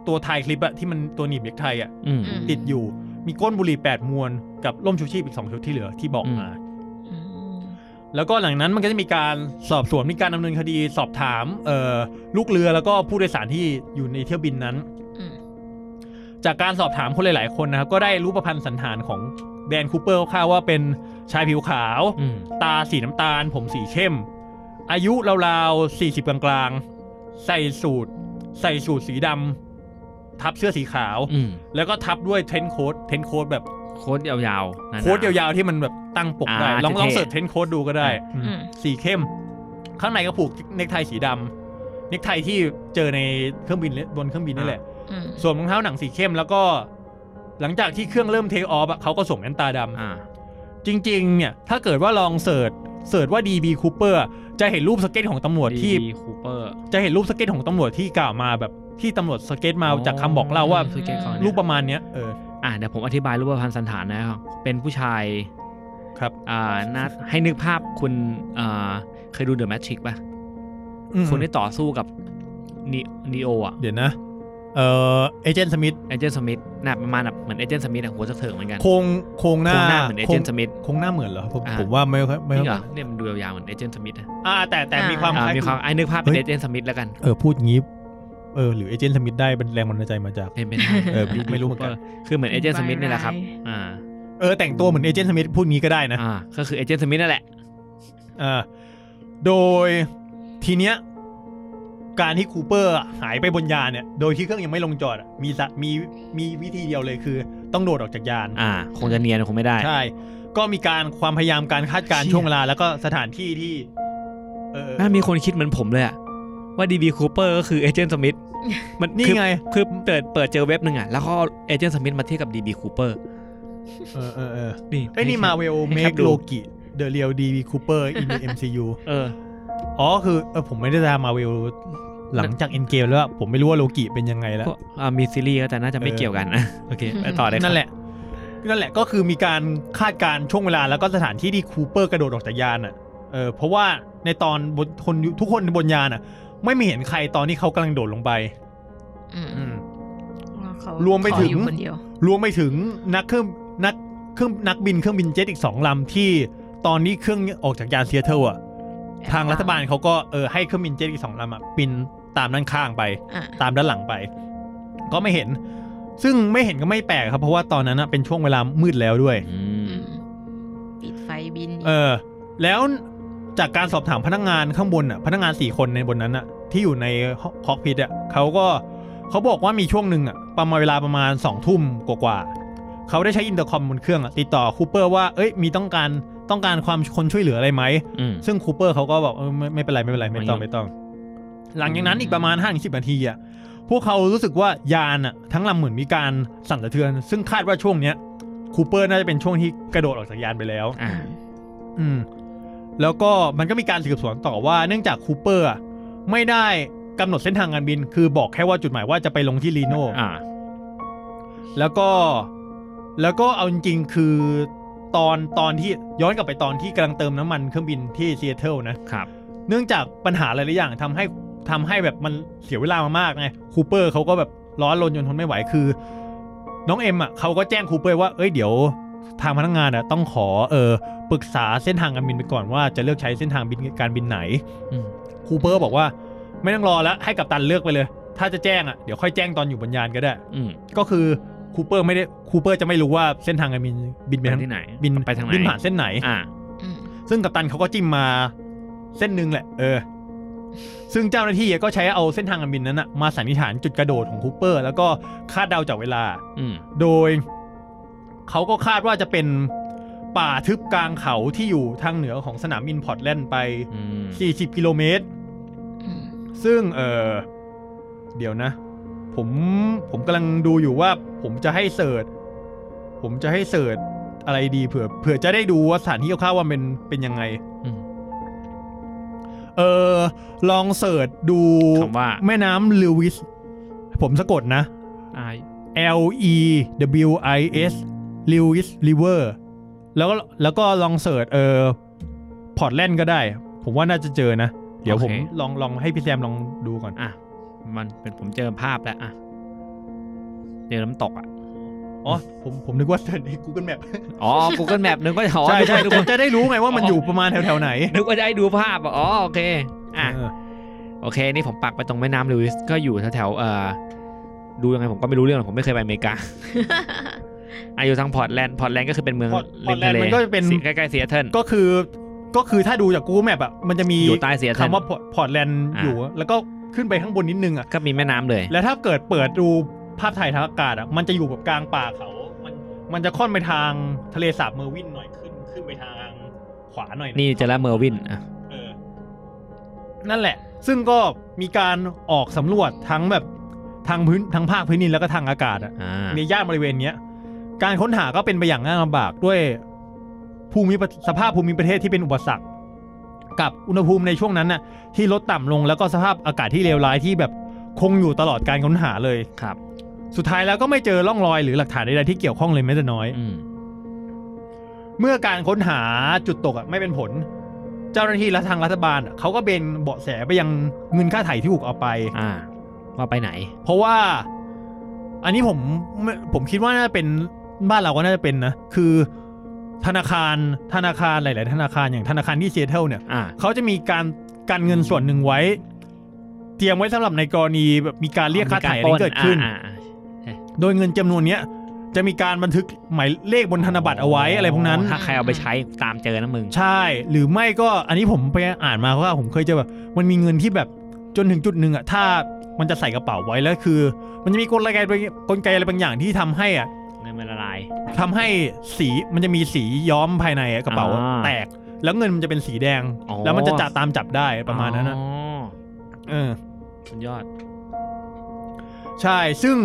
C: ตัวไทยคลิปอะที่มันตัวหนีบเนกไทอะ
B: อืม
C: ติดอยู่มีก้นบุหรี่ 8 มวนกับล่มชูชีพอีก 2 ชุดที่เหลือที่บอกมา
A: อืม
C: แล้วก็หลังนั้นมันก็จะมีการสอบสวนมีการดำเนินคดีสอบถามเอ่อลูกเรือแล้วก็ผู้โดยสารที่อยู่ในเที่ยวบินนั้น
A: อืม
C: จากการสอบถามคนหลาย ๆ คนนะครับ ก็ได้รู้ประพันธ์สันฐานของแดนคูเปอร์คร่าวๆว่าเป็นชายผิวขาว
B: อืม
C: ตาสีน้ำตาล ผมสีเข้ม อายุราวๆ 40 กลางๆ ใส่สูทใส่สูทสีดำทับเสื้อสีขาว
B: อืม
C: แล้วก็ทับด้วยเทนโค้ดเทนโค้ดแบบ
B: โค้ดยาวๆนะ
C: โค้ดยาวๆที่มันแบบตั้งปกได้
B: อ่า
C: ลองลอง
B: เท่ๆ
C: เสิร์ชเทรนด์โค้ดดูก็ได้
A: อื
C: อืม
A: ม
C: สีเข้ม ข้างในก็ผูกเนกไทสีดำเนกไทที่เจอในเครื่องบินเลบนเครื่องบินนี่แหละ
A: อืม
C: สวมรองเท้าหนังสีเข้มแล้วก็ หลังจากที่เครื่องเริ่มเทคออฟเขาก็สวมแว่นตาดำ
B: อ่า
C: จริง ๆ เนี่ย ถ้าเกิดว่าลองเสิร์ชเสิร์ชว่า DB Cooper จะเห็นรูปสเก็ตของตำรวจที่
B: DB Cooper
C: จะเห็นรูปสเก็ตของตำรวจที่กล่าวมาแบบที่ตำรวจสเก็ตมา
B: อ๋อ
C: จากคำบอกเล่าว่า
B: สเก็ตเขาเนี่ย
C: รูปประมาณเนี้ยเออ
B: อ่าเดี๋ยวผมอธิบายรูปพรรณสันฐานนะครับ เป็นผู้ชาย
C: ครับ
B: อ่าหน้าให้นึกภาพคุณอ่าเคยดูเดอะแมทริกป่ะ
C: อืม
B: คนที่ต่อสู้กับนีนีโออ่ะ
C: เดี๋ยวนะเออเอเจนต์สมิธ
B: เอเจนต์สมิธน่ะประมาณแบบเหมือนเอเจนต์สมิธอ่ะหัวสักเถิงเหมือนกัน
C: โครงโครงหน้า
B: โครงหน้าเหมือน Agent
C: โครง
B: Smith
C: โครงหน้าเหมือนเหรอผม
B: อ่า
C: ผมว่าไม่ค่อยไม่
B: จ
C: ค่
B: ริ
C: อย
B: งเหรอเนี่ยมันดูยาวๆเหมือนเอเจนต์สมิธอ่ะ
C: อ่าแต่แต่มีความ
B: อ่า
C: ล้ย
B: มีความ
C: อ
B: ไอ้นึกภาพเป็น
C: เฮ้
B: เอย เจนต์สมิธแล้วกัน
C: เออพูดงี้ เออหรือเอเจนต์สมิธได้เป็นแรงบันดาลใจมาจาก
B: เป็นไปได้
C: เอ อไม่รู้เหมือนกัน
B: คือเหมือนเอเจนต์สมิธนี่แหละครับอ่า
C: เออแต่งตัวเหมือนเอเจนต์สมิธพูดงี้ก็ได้นะ
B: อ่าก็คือเอเจนต์สมิธนั่นแหละ
C: เออโดยทีเนี้ยการที่คูเปอร์หายไปบนยานเนี่ย โดยที่เครื่องยังไม่ลงจอดอะมีสะมีมีวิธีเดียวเลยคือ ต้องโดดออกจากยาน
B: อ่า คงจะเนียนคงไม่ได้
C: ใช่ ก็มีการความพยายามการคาดการณ์
B: เชี่ย
C: ช่วงเวลาแล้วก็สถานที่ที่เออ
B: น่ามีคนคิดเหมือนผมเลยอะว่าดีบีคูเปอร์ก็คือเอเจนต์สมิ ธมัน
C: นี่ไง
B: คือคือเปิดเปิดเจอเว็บหนึ่งอะแล้วก็เอเจนต์สมิธมาเทียบกับดีบีคูเปอร์
C: เออเออเออ
B: นี่
C: ไอ้ยนี่
B: ให้
C: มา
B: แค่
C: เวล
B: ให้
C: เม
B: แค
C: ก
B: ปดู
C: โลกิเดอะเรียลดีวีคูเปอร์อินเอ็มซียู
B: เออ
C: อ๋อคือเออผมไม่ได้ตามมาเวลหลังจากเอ็นเกมแล้วอะผมไม่รู้ว่าโลกิเป็นยังไงแล้ว
B: ก็อ่ามีซีรีส์ก็แต่น่าจะไม่เกี่ยวกันนะโอเคไปต่อเลยครับ
C: นั่นแหละ นั่นแหละก็คือมีการคาดการณ์ช่วงเวลาแล้วก็สถานที่ที่คูเปอร์กระโดดออกจากยานอ่ะ เออเพราะว่าในตอนบนคนทุกคนบนยานอ่ะ ไม่มีเห็นใครตอนที่เขากำลังโดดลงไป
A: อืม
B: อืม
A: ว่าเขา
C: รวมไปถึง
A: ขออยู่คนเดียว
C: รวมไปถึงนักเครื่องนักเครื่องนักบินเครื่องบินเจ็ตอีกสองลำที่ตอนนี้เครื่องออกจากยานเซียเทิลอ่ะ ทางรัฐบาลเขาก็เออให้เครื่องบินเจ็ตอีกสองลำอ่ะบินตามด้านข้างไป
A: อ่ะ
C: ตามด้านหลังไป ก็ไม่เห็น ซึ่งไม่เห็นก็ไม่แปลกครับ เพราะว่าตอนนั้นอะเป็นช่วงเวลามืดแล้วด้วย
A: อืมปิดไฟบินอีก
C: เออแล้วจากการสอบถามพนักงานข้างบนอ่ะพนักงานสี่คนในบนนั้นอ่ะที่อยู่ในคอกพิทอ่ะเขาก็เขาบอกว่ามีช่วงหนึ่งอ่ะประมาณเวลาประมาณสองทุ่มกว่าๆเขาได้ใช้อินเตอร์คอมบนเครื่องอะติดต่อคูเปอร์ว่าเอ้ยมีต้องการต้องการความคนช่วยเหลืออะไรไหม
B: อืม
C: ซึ่งคูเปอร์เขาก็บอกเออไม่ไม่เป็นไร ไม่เป็นไร ไม่ต้อง
B: ไม่
C: ไม่
B: ต้
C: ต้
B: อ
C: อง ง หลังจากนั้นอีกประมาณห้าสิบนาทีอ่ะพวกเขารู้สึกว่ายานอ่ะทั้งลำเหมือนมีการสั่นสะเทือน ซึ่งคาดว่าช่วงเนี้ยคูเปอร์น่าจะเป็นช่วงที่กระโดดออกจากยานไปแล้ว
B: อ่า
C: อืมแล้วก็มันก็มีการสืบสวนต่อว่าเนื่องจากคูเปอร์อะไม่ได้กำหนดเส้นทางการบิน คือบอกแค่ว่าจุดหมายว่าจะไปลงที่ลีโน่
B: อ่า
C: แล้วก็แล้วก็เอาจริงๆคือตอนตอนที่ย้อนกลับไปตอนที่กำลังเติมน้ำมันเครื่องบินที่ซีแอตเทิลนะ
B: ครับ
C: เนื่องจากปัญหาหลายๆอย่างทำให้ทำให้แบบมันเสียเวลามามากไงคูเปอร์เขาก็แบบร้อนรนจนทนไม่ไหวคือ น้องเอ็มอ่ะเขาก็แจ้งคูเปอร์ว่าเอ้ยเดี๋ยวทางพนักงานอ่ะต้องขอเออปรึกษาเส้นทางการบินไปก่อนว่าจะเลือกใช้เส้นทางบินการบินไหน
B: อืม
C: คูเปอร์บอกว่าไม่ต้องรอแล้วให้กัปตันเลือกไปเลย ถ้าจะแจ้งอ่ะเดี๋ยวค่อยแจ้งตอนอยู่บนยานก็ได้
B: อืม
C: ก็คือคูเปอร์ไม่ได้คูเปอร์จะไม่รู้ว่าเส้นทางการบินบินไป
B: ไป
C: ทาง
B: ที่ไหน
C: บิน
B: ไปทางไหน
C: บินผ่านเส้นไหน
B: อ่า
A: อืม
C: ซึ่งกัปตันเขาก็จิ้มมาเส้นหนึ่งแหละ เออ ซึ่งเจ้าหน้าที่ก็ใช้เอาเส้นทางการบินนั้นนะมาสันนิษฐานจุดกระโดดของคูเปอร์ แล้วก็คาดเดาจากเวลา
B: อืม
C: โดยเขาก็คาดว่าจะเป็นป่าทึบกลางเขาที่อยู่ทางเหนือของสนามบินพอร์ตแลนด์ไป
B: อืม
C: 40 กิโลเมตร
A: อืม
C: ซึ่งเออเดี๋ยวนะ ผมผมกำลังดูอยู่ว่าผมจะให้เสิร์ชผมจะให้เสิร์ชอะไรดีเผื่อเผื่อจะได้ดูว่าสถานที่คร่าวๆว่ามันเป็นยังไง
B: อืม
C: เออลองเสิร์ชดู
B: คำว่า
C: แม่น้ำลิวิส ผมสะกดนะ
B: อ่า
C: L E W I S ลิวิส River แล้วก็แล้วก็ลองเสิร์ชเออพอร์ตแลนด์ก็ได้ ผมว่าน่าจะเจอนะ เดี๋ยวผม
B: โอเค
C: ลองลองให้พี่แซมลองดูก่อน
B: อ่ะ มันเป็นผมเจอภาพแล้วอ่ะเจอน้ำตกอ่ะ
C: อ๋อ ผมผมนึกว่าเสิร์ชใน Google Map
B: อ๋อ Google Map นึกว่าจะทุกค
C: ใช่ใช่
B: นทุก
C: จะ
B: คน
C: จะได้รู้ไงว่ามันอยู่ประมาณแถวๆไหน
B: นึกว่าจะให้ดูภาพอ่ะอ๋อ โอเค อ่ะ
C: เออ
B: โอเค นี่ผมปักไปตรงแม่น้ำลูอิส ก็อยู่แถวๆเอ่อ ดูยังไงผมก็ไม่รู้เรื่องหรอกผมไม่เคยไปอเมริกา อ่ะอยู่ทางพอร์ตแลนด์ พอร์ตแลนด์ก็คือเป็นเมือง
C: พอร์ตพอ
B: ริ
C: ร์
B: ม
C: ตแลน
B: ทะเล
C: ด์มันก็จะเป็น
B: สิใกล้ๆเซียเทิล
C: ก็คือก็คือถ้าดูจาก Google Map อ่ะมันจะมี
B: อยู่ใต้เซียเทิล
C: คำว่าพอร์ตแลนด์
B: อ่า
C: อยู่ แล้วก็ขึ้นไปข้างบนนิดนึงอ่ะ
B: ก็มีแม่น้ำเลย
C: แล้วถ้าเกิดเปิดดูภาพถ่ายทางอากาศอ่ะ มันจะอยู่แบบกลางป่าเขา มันมันจะค่อนไปทางทะเลสาบเมอร์วินหน่อยขึ้น ขึ้นไปทางขวาหน่อยะ
B: นี่เจอแล้วเมอร์วินอ่ะ
C: เออนั่นแหละ ซึ่งก็มีการออกสำรวจทั้งแบบทางพื้นทั้งภาคพื้นดินแล้วก็ทางอากาศอ่ะ
B: อ่า
C: ในย่านบริเวณเนี้ย การค้นหาก็เป็นไปอย่างยากลำบากด้วยภูมิประสภาพภูมิประเทศที่เป็นอุปสรรค กับอุณหภูมิในช่วงนั้นน่ะที่ลดต่ำลงแล้วก็สภาพอากาศที่เลวร้ายที่แบบคงอยู่ตลอดการค้นหาเลย
B: ครับ
C: สุดท้ายแล้วก็ไม่เจอร่องรอยหรือหลักฐานใดๆที่เกี่ยวข้องเลยแม้แต่น้อย
B: อืม
C: เมื่อการค้นหาจุดตกอ่ะไม่เป็นผล เจ้าหน้าที่และทางรัฐบาลอ่ะเขาก็เบนเบาะแสไปยังเงินค่าไถ่ที่ถูกเอาไป
B: อ่า ว่าไปไหน
C: เพราะว่าอันนี้ผมไม่ผมคิดว่าน่าจะเป็นบ้านเราก็น่าจะเป็นนะ คือธนาคารธนาคารหลาย ๆ ธนาคารอย่างธนาคารที่เซียเทิลเนี่ย
B: อ่า
C: เขาจะมีการการเงินส่วนหนึ่งไว้ เตรียมไว้สำหรับในกรณีแบบมีการเรียกค่าไถ่อะไรเกิดขึ้น
B: อ่าอ่า
C: โดยเงินจำนวนเนี้ยจะมีการบันทึกหมายเลขบนธนบัตรเอาไว้อะไรพวกนั้น
B: ถ้าใครเอาไปใช้ตามเจอนะมึง
C: ใช่ หรือไม่ก็อันนี้ผมไปอ่านมาว่าผมเคยเจอแบบมันมีเงินที่แบบจนถึงจุดหนึ่งอะถ้ามันจะใส่กระเป๋าไว้แล้วคือ มันจะมีกลไกบางกลไกอะไรบางอย่างที่ทำให้อะ
B: เงินมันละลาย
C: ทำให้สีมันจะมีสีย้อมภายในอะกระเป๋าอะ
B: อ่า
C: แตก แล้วเงินมันจะเป็นสีแดง
B: อ๋อ
C: แล้วมันจะจับตามจับได้ประมาณนั้นนะ
B: อ๋อ
C: เออ
B: สุดยอด
C: ใช่ ซึ่ง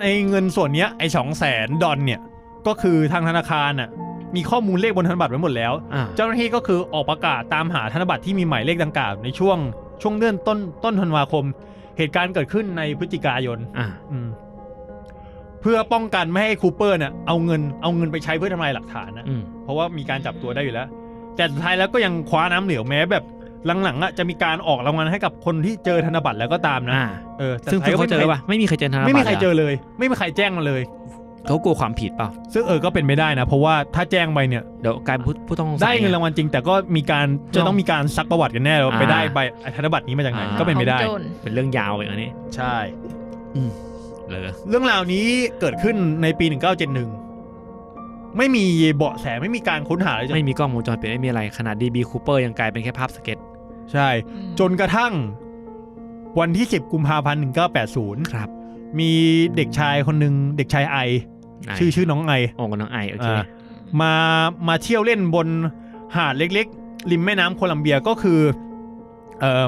C: ไอ้เงินส่วนเนี้ยไอ้สองแสนดอลเนี่ย ก็คือทางธนาคารอ่ะ มีข้อมูลเลขบนธนบัตรไว้หมดแล้ว
B: อ่า
C: เจ้าหน้าที่ก็คือออกประกาศตามหาธนบัตรที่มีหมายเลขดังกล่าวในช่วงช่วงเดือนต้นต้นธันวาคม เหตุการณ์เกิดขึ้นในพฤศจิกายน
B: อ่า
C: อืมเพื่อป้องกันไม่ให้คูเปอร์เนี่ยเอาเงินเอาเงินไปใช้เพื่อทำลายหลักฐานนะ
B: อืม
C: เพราะว่ามีการจับตัวได้อยู่แล้ว แต่สุดท้ายแล้วก็ยังคว้าน้ำเหลวแม้แบบหลังๆอ่ะจะมีการออกรางวัลให้กับคนที่เจอธนบัตรแล้วก็ตามนะ
B: อ่า
C: เออแต่
B: ซึ่ง
C: สุดท้
B: ซึ่ง
C: ยก็
B: เขาเจอ
C: ไม่มี
B: ป่ะไม่มีใครเจอธนบัตร
C: ไม่มีใครเจ
B: ลย
C: อเลย ไม่มีใครแจ้งมาเลย
B: ะเขากลัวความผิดเปล่า
C: ซึ่งเออก็เป็นไม่ได้นะเพราะว่าถ้าแจ้งไปเนี่ย
B: เดี๋ยวกลายเป็นผู้ผู้ต้องสงสัย
C: ได้เงินรางวัลจริง แต่ก็มีการจะต้องมีการซักประวัติกันแน่ว่าไป
B: อ่า
C: ได้ใบธนบัตรนี้มาจากไหน
B: อ่า
C: ก็เป็นไม่ได้
A: ของโจร
B: เป็นเรื่องยาวเลยอันนี้
C: ใช่
B: เหลอ
C: เรื่องราวนี้เกิดขึ้นในปี 1971 ไม่มีเบาะแสไม่มีการค้นหาเลยจ้ะ
B: ไม่มีกล้องวงจรปิดไม่มีอะไรขนาดดีบีคูเปอร์ยังกลายเป็นแค่ภาพสเก็ต
C: ใช่
A: อืม
C: จนกระทั่งวันที่ 10 กุมภาพันธ์
B: ครับ
C: 1980 มีเด็กชายคนหนึ่งเด็กชายไอ
B: ไหน
C: ชื่อชื่อน้องไอ
B: โอ้กับน้องไอโอเค
C: อ่า มามาเที่ยวเล่นบนหาดเล็กๆ ริมแม่น้ำโคลัมเบียก็คือเออ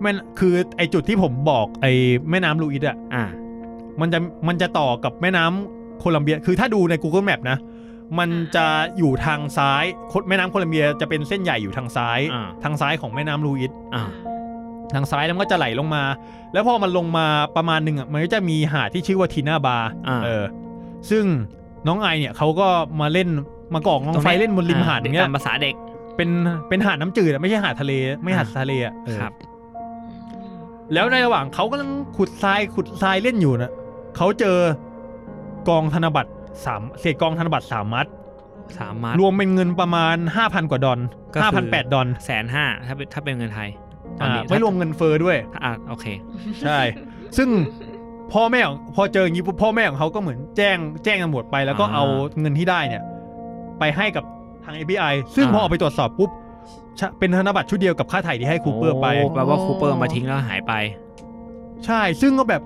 C: แม่นคือไอจุดที่ผมบอกไอแม่น้ำลูอิสอะ
B: อ่า
C: มันจะมันจะต่อกับแม่น้ำโคลัมเบีย คือถ้าดูใน Google Map นะ มันจะอยู่ทางซ้ายคแม่น้ำโคลัมเบียจะเป็นเส้นใหญ่อยู่ทางซ้าย
B: อ่า
C: ทางซ้ายของแม่น้ำลูอิส
B: อ่า
C: ทางซ้ายแล้วมันก็จะไหลลงมา แล้วพอมันลงมาประมาณหนึ่งอ่ะ มันก็จะมีหาดที่ชื่อว่าทีน่าบาร์
B: อ่า
C: เออ ซึ่งน้องไอเนี่ยเขาก็มาเล่นมาก่อกองไฟ
B: ตรงเนี้ย
C: เล่นบนริมหาดอย่างเงี้ย
B: ตามภาษาเด็ก
C: เป็นเป็นหาดน้ำจืดอะไม่ใช่หาดทะเล ไม่หาด
B: อ่า
C: ทะเลอ่ะเออ
B: ครับ
C: แล้วในระหว่างเขากำลังขุดทรายขุดทรายเล่นอยู่นะเขาเจอกองธนบัตรสามเศษกองธนบัตรสามมัด
B: สามมารถ
C: รวมเป็นเงินประมาณห้าพันกว่าดอล
B: ก็คือ
C: ห้าพันแปดดอล
B: แสนห้าถ้าเป็นถ้าเป็นเงินไทยตอน
C: อ่า
B: นี้
C: ไม่รวมเงินเฟอ้อด้วย
B: ถ้าอ่าโอเค
C: ใช่ ซึ่งพ่อแม่ของพอเจออย่างนี้ปุ๊บพ่อแม่ของเขาก็เหมือนแจ้งแจ้งตำรวจไปแล้วก็
B: อ่า
C: เอาเงินที่ได้เนี่ย ไปให้กับทาง FBI ซึ่ง
B: อ่า
C: พอเอาไปตรวจสอบปุ๊บชะเป็นธนบัตรชุดเดียวกับค่าไถ่ที่ให้คูเปอร์ไป
B: โแปลว่าคูเปอร์มาทิ้งแล้วหายไป
C: ใช่ ซึ่งก็แบบ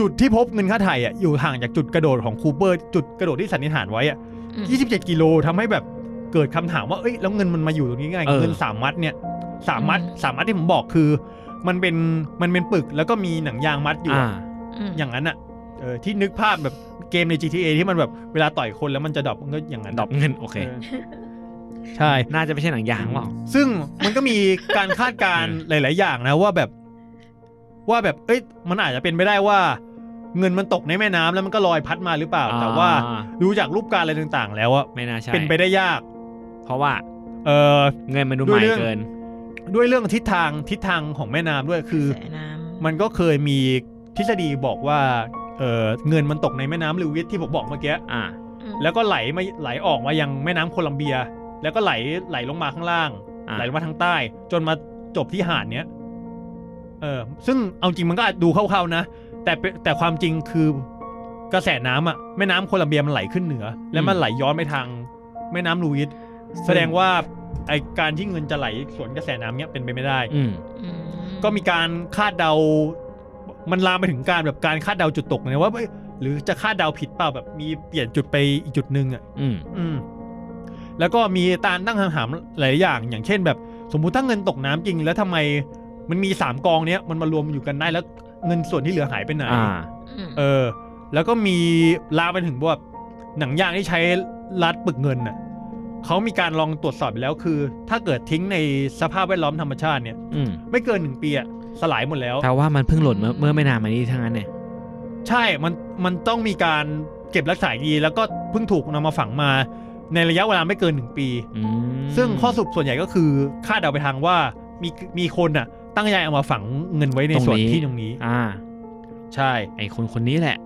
C: จุดที่พบเงินค่าไถ่อะอยู่ห่างจากจุดกระโดดของคูเปอร์ จุดกระโดดที่สันนิษฐานไว้อะ
A: อืม
C: 27 กิโลทำให้แบบเกิดคำถามว่าเอ้ยแล้วเงินมันมาอยู่ตรงนี้ไง
B: เออ
C: เงินสามมัดเนี่ยสามมัดสามมัดที่ผมบอกคือ มันเป็นมันเป็นปึกแล้วก็มีหนังยางมัดอยู่
B: อ่า
C: อะ
A: ม
C: อย่างนั้นอะเออที่นึกภาพแบบเกมใน GTA ที่มันแบบเวลาต่อยคนแล้วมันจะดรอปมันก็อย่างนั้น
B: ดรอปเงินโอเค
C: เออใช่
B: น่าจะไม่ใช่หนังยางเปล่า
C: ซึ่งมันก็มีการคาดการ ณ์ หลาย ๆ อย่างนะว่าแบบว่าแบบเอ้ยมันอาจจะเป็นไปได้ว่า เงินมันตกในแม่น้ำแล้วมันก็ลอยพัดมาหรือเปล่า
B: อ่า
C: แต่ว่าดูจากรูปการณ์อะไรต่าง ๆ แล้วอะ
B: ไม่น่าใช่
C: เป็นไปได้ยาก
B: เพราะว่า
C: เออ
B: เงินมันดูใหม่
C: ด้วยเรื่อง
B: เกิน
C: ด้วยเรื่องทิศทางทิศทางของแม่น้ำด้วยคือ
A: แสน้ำ
C: มันก็เคยมีทฤษฎีบอกว่าเออเงินมันตกในแม่น้ำลิวิสที่ผมบอกเมื่อกี้
B: อ่า
A: อืม
C: แล้วก็ไหลมาไหลออกมายังแม่น้ำโคลัมเบีย แล้วก็ไหลไหลลงมาข้างล่าง
B: อ่า
C: ไหลลงมาทางใต้ จนมาจบที่หาดเนี้ย เออ ซึ่งเอาจริงมันก็อาจดูคร่าวๆนะ แต่เป็นแต่ความจริงคือกระแสน้ำอ่ะแม่น้ำโคลัมเบียมันไหลขึ้นเหนือ แล้วมันไหลย้อนไปทางแม่น้ำลูอิสแสดงว่าไอการที่เงินจะไหลสวนกระแสน้ำเนี้ยเป็นไปไม่ได้
B: อืม
A: อืม
C: ก็มีการคาดเดา มันลามไปถึงการแบบการคาดเดาจุดตกเนี่ยว่าเอ้ยหรือจะคาดเดาผิดเปล่าแบบมีเปลี่ยนจุดไปอีกจุดหนึ่งอ่ะ
B: อืม
C: อืมแล้วก็มีการตั้งคำถามหลายอย่าง อย่างเช่นแบบ สมมุติถ้าเงินตกน้ำจริง แล้วทำไมมันมีสามกองเนี้ยมันมารวมอยู่กันได้แล้วเงินส่วนที่เหลือหายไปไหน
B: อ่า
A: อืม
C: เออ แล้วก็มีลามไปถึงว่าหนังยางที่ใช้รัดปึกเงินน่ะเขามีการลองตรวจสอบแล้วคือ ถ้าเกิดทิ้งในสภาพแวดล้อมธรรมชาติเนี่ย
B: อืม
C: ไม่เกินหนึ่งปีอะสลายหมดแล้ว
B: แปลว่ามันเพิ่งหล่นเมื่อเมื่อไม่นานมานี้ทั้งนั้นเนี่ย
C: ใช่ มัน มันต้องมีการเก็บรักษาดี แล้วก็เพิ่งถูกนำมาฝังมา ในระยะเวลาไม่เกินหนึ่งปี
B: อืม
C: ซึ่งข้อสรุปส่วนใหญ่ก็คือคาดเดาไปทางว่ามีมีคนอ่ะ ตั้งใจเอามาฝังเงินไว้ในส่วนที่ตรงนี้
B: อ่า
C: ใช่
B: ไอคนคนนี้แหละ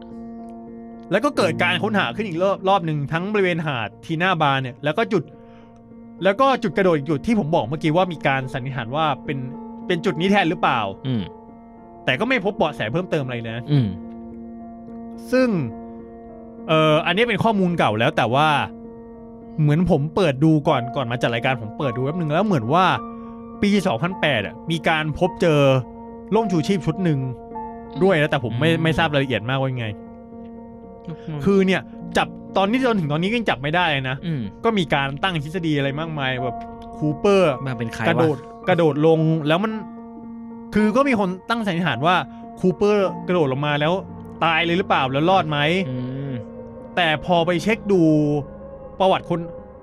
C: แล้วก็เกิดการค้นหาขึ้นอีกรอบรอบหนึ่งทั้งบริเวณหาดทีน่าบาร์เนี่ย แล้วก็จุด แล้วก็จุดกระโดดอีกจุดที่ผมบอกเมื่อกี้ว่ามีการสันนิษฐานว่าเป็นเป็นจุดนี้แทนหรือเปล่า
B: อืม
C: แต่ก็ไม่พบเบาะแสเพิ่มเติมอะไรนะ
B: อืม
C: ซึ่งเอ่ออันนี้เป็นข้อมูลเก่าแล้วแต่ว่าเหมือนผมเปิดดูก่อนก่อนมาจัดรายการผมเปิดดูแป๊บนึงแล้วเหมือนว่าปี 2008อะมีการพบเจอล่มชูชีพชุดหนึ่งด้วยนะแต่ผมไม่
B: อืม
C: ไม่ทราบรายละเอียดมากว่ายังไง คือเนี่ยจับตอนนี้จนถึงตอนนี้ก็ยังจับไม่ได้เลยนะ
B: อืม
C: ก็มีการตั้งทฤษฎีอะไรมากมายแบบคูเปอร์
B: มาเป็นใคร
C: กระ
B: วะ
C: โดดกระโดดลงแล้วมัน คือก็มีคนตั้งสันนิษฐานว่าคูเปอร์กระโดดลงมาแล้วตายเลยหรือเปล่าแล้วรอดไหม
B: อืม
C: แต่พอไปเช็คดูประวัติคน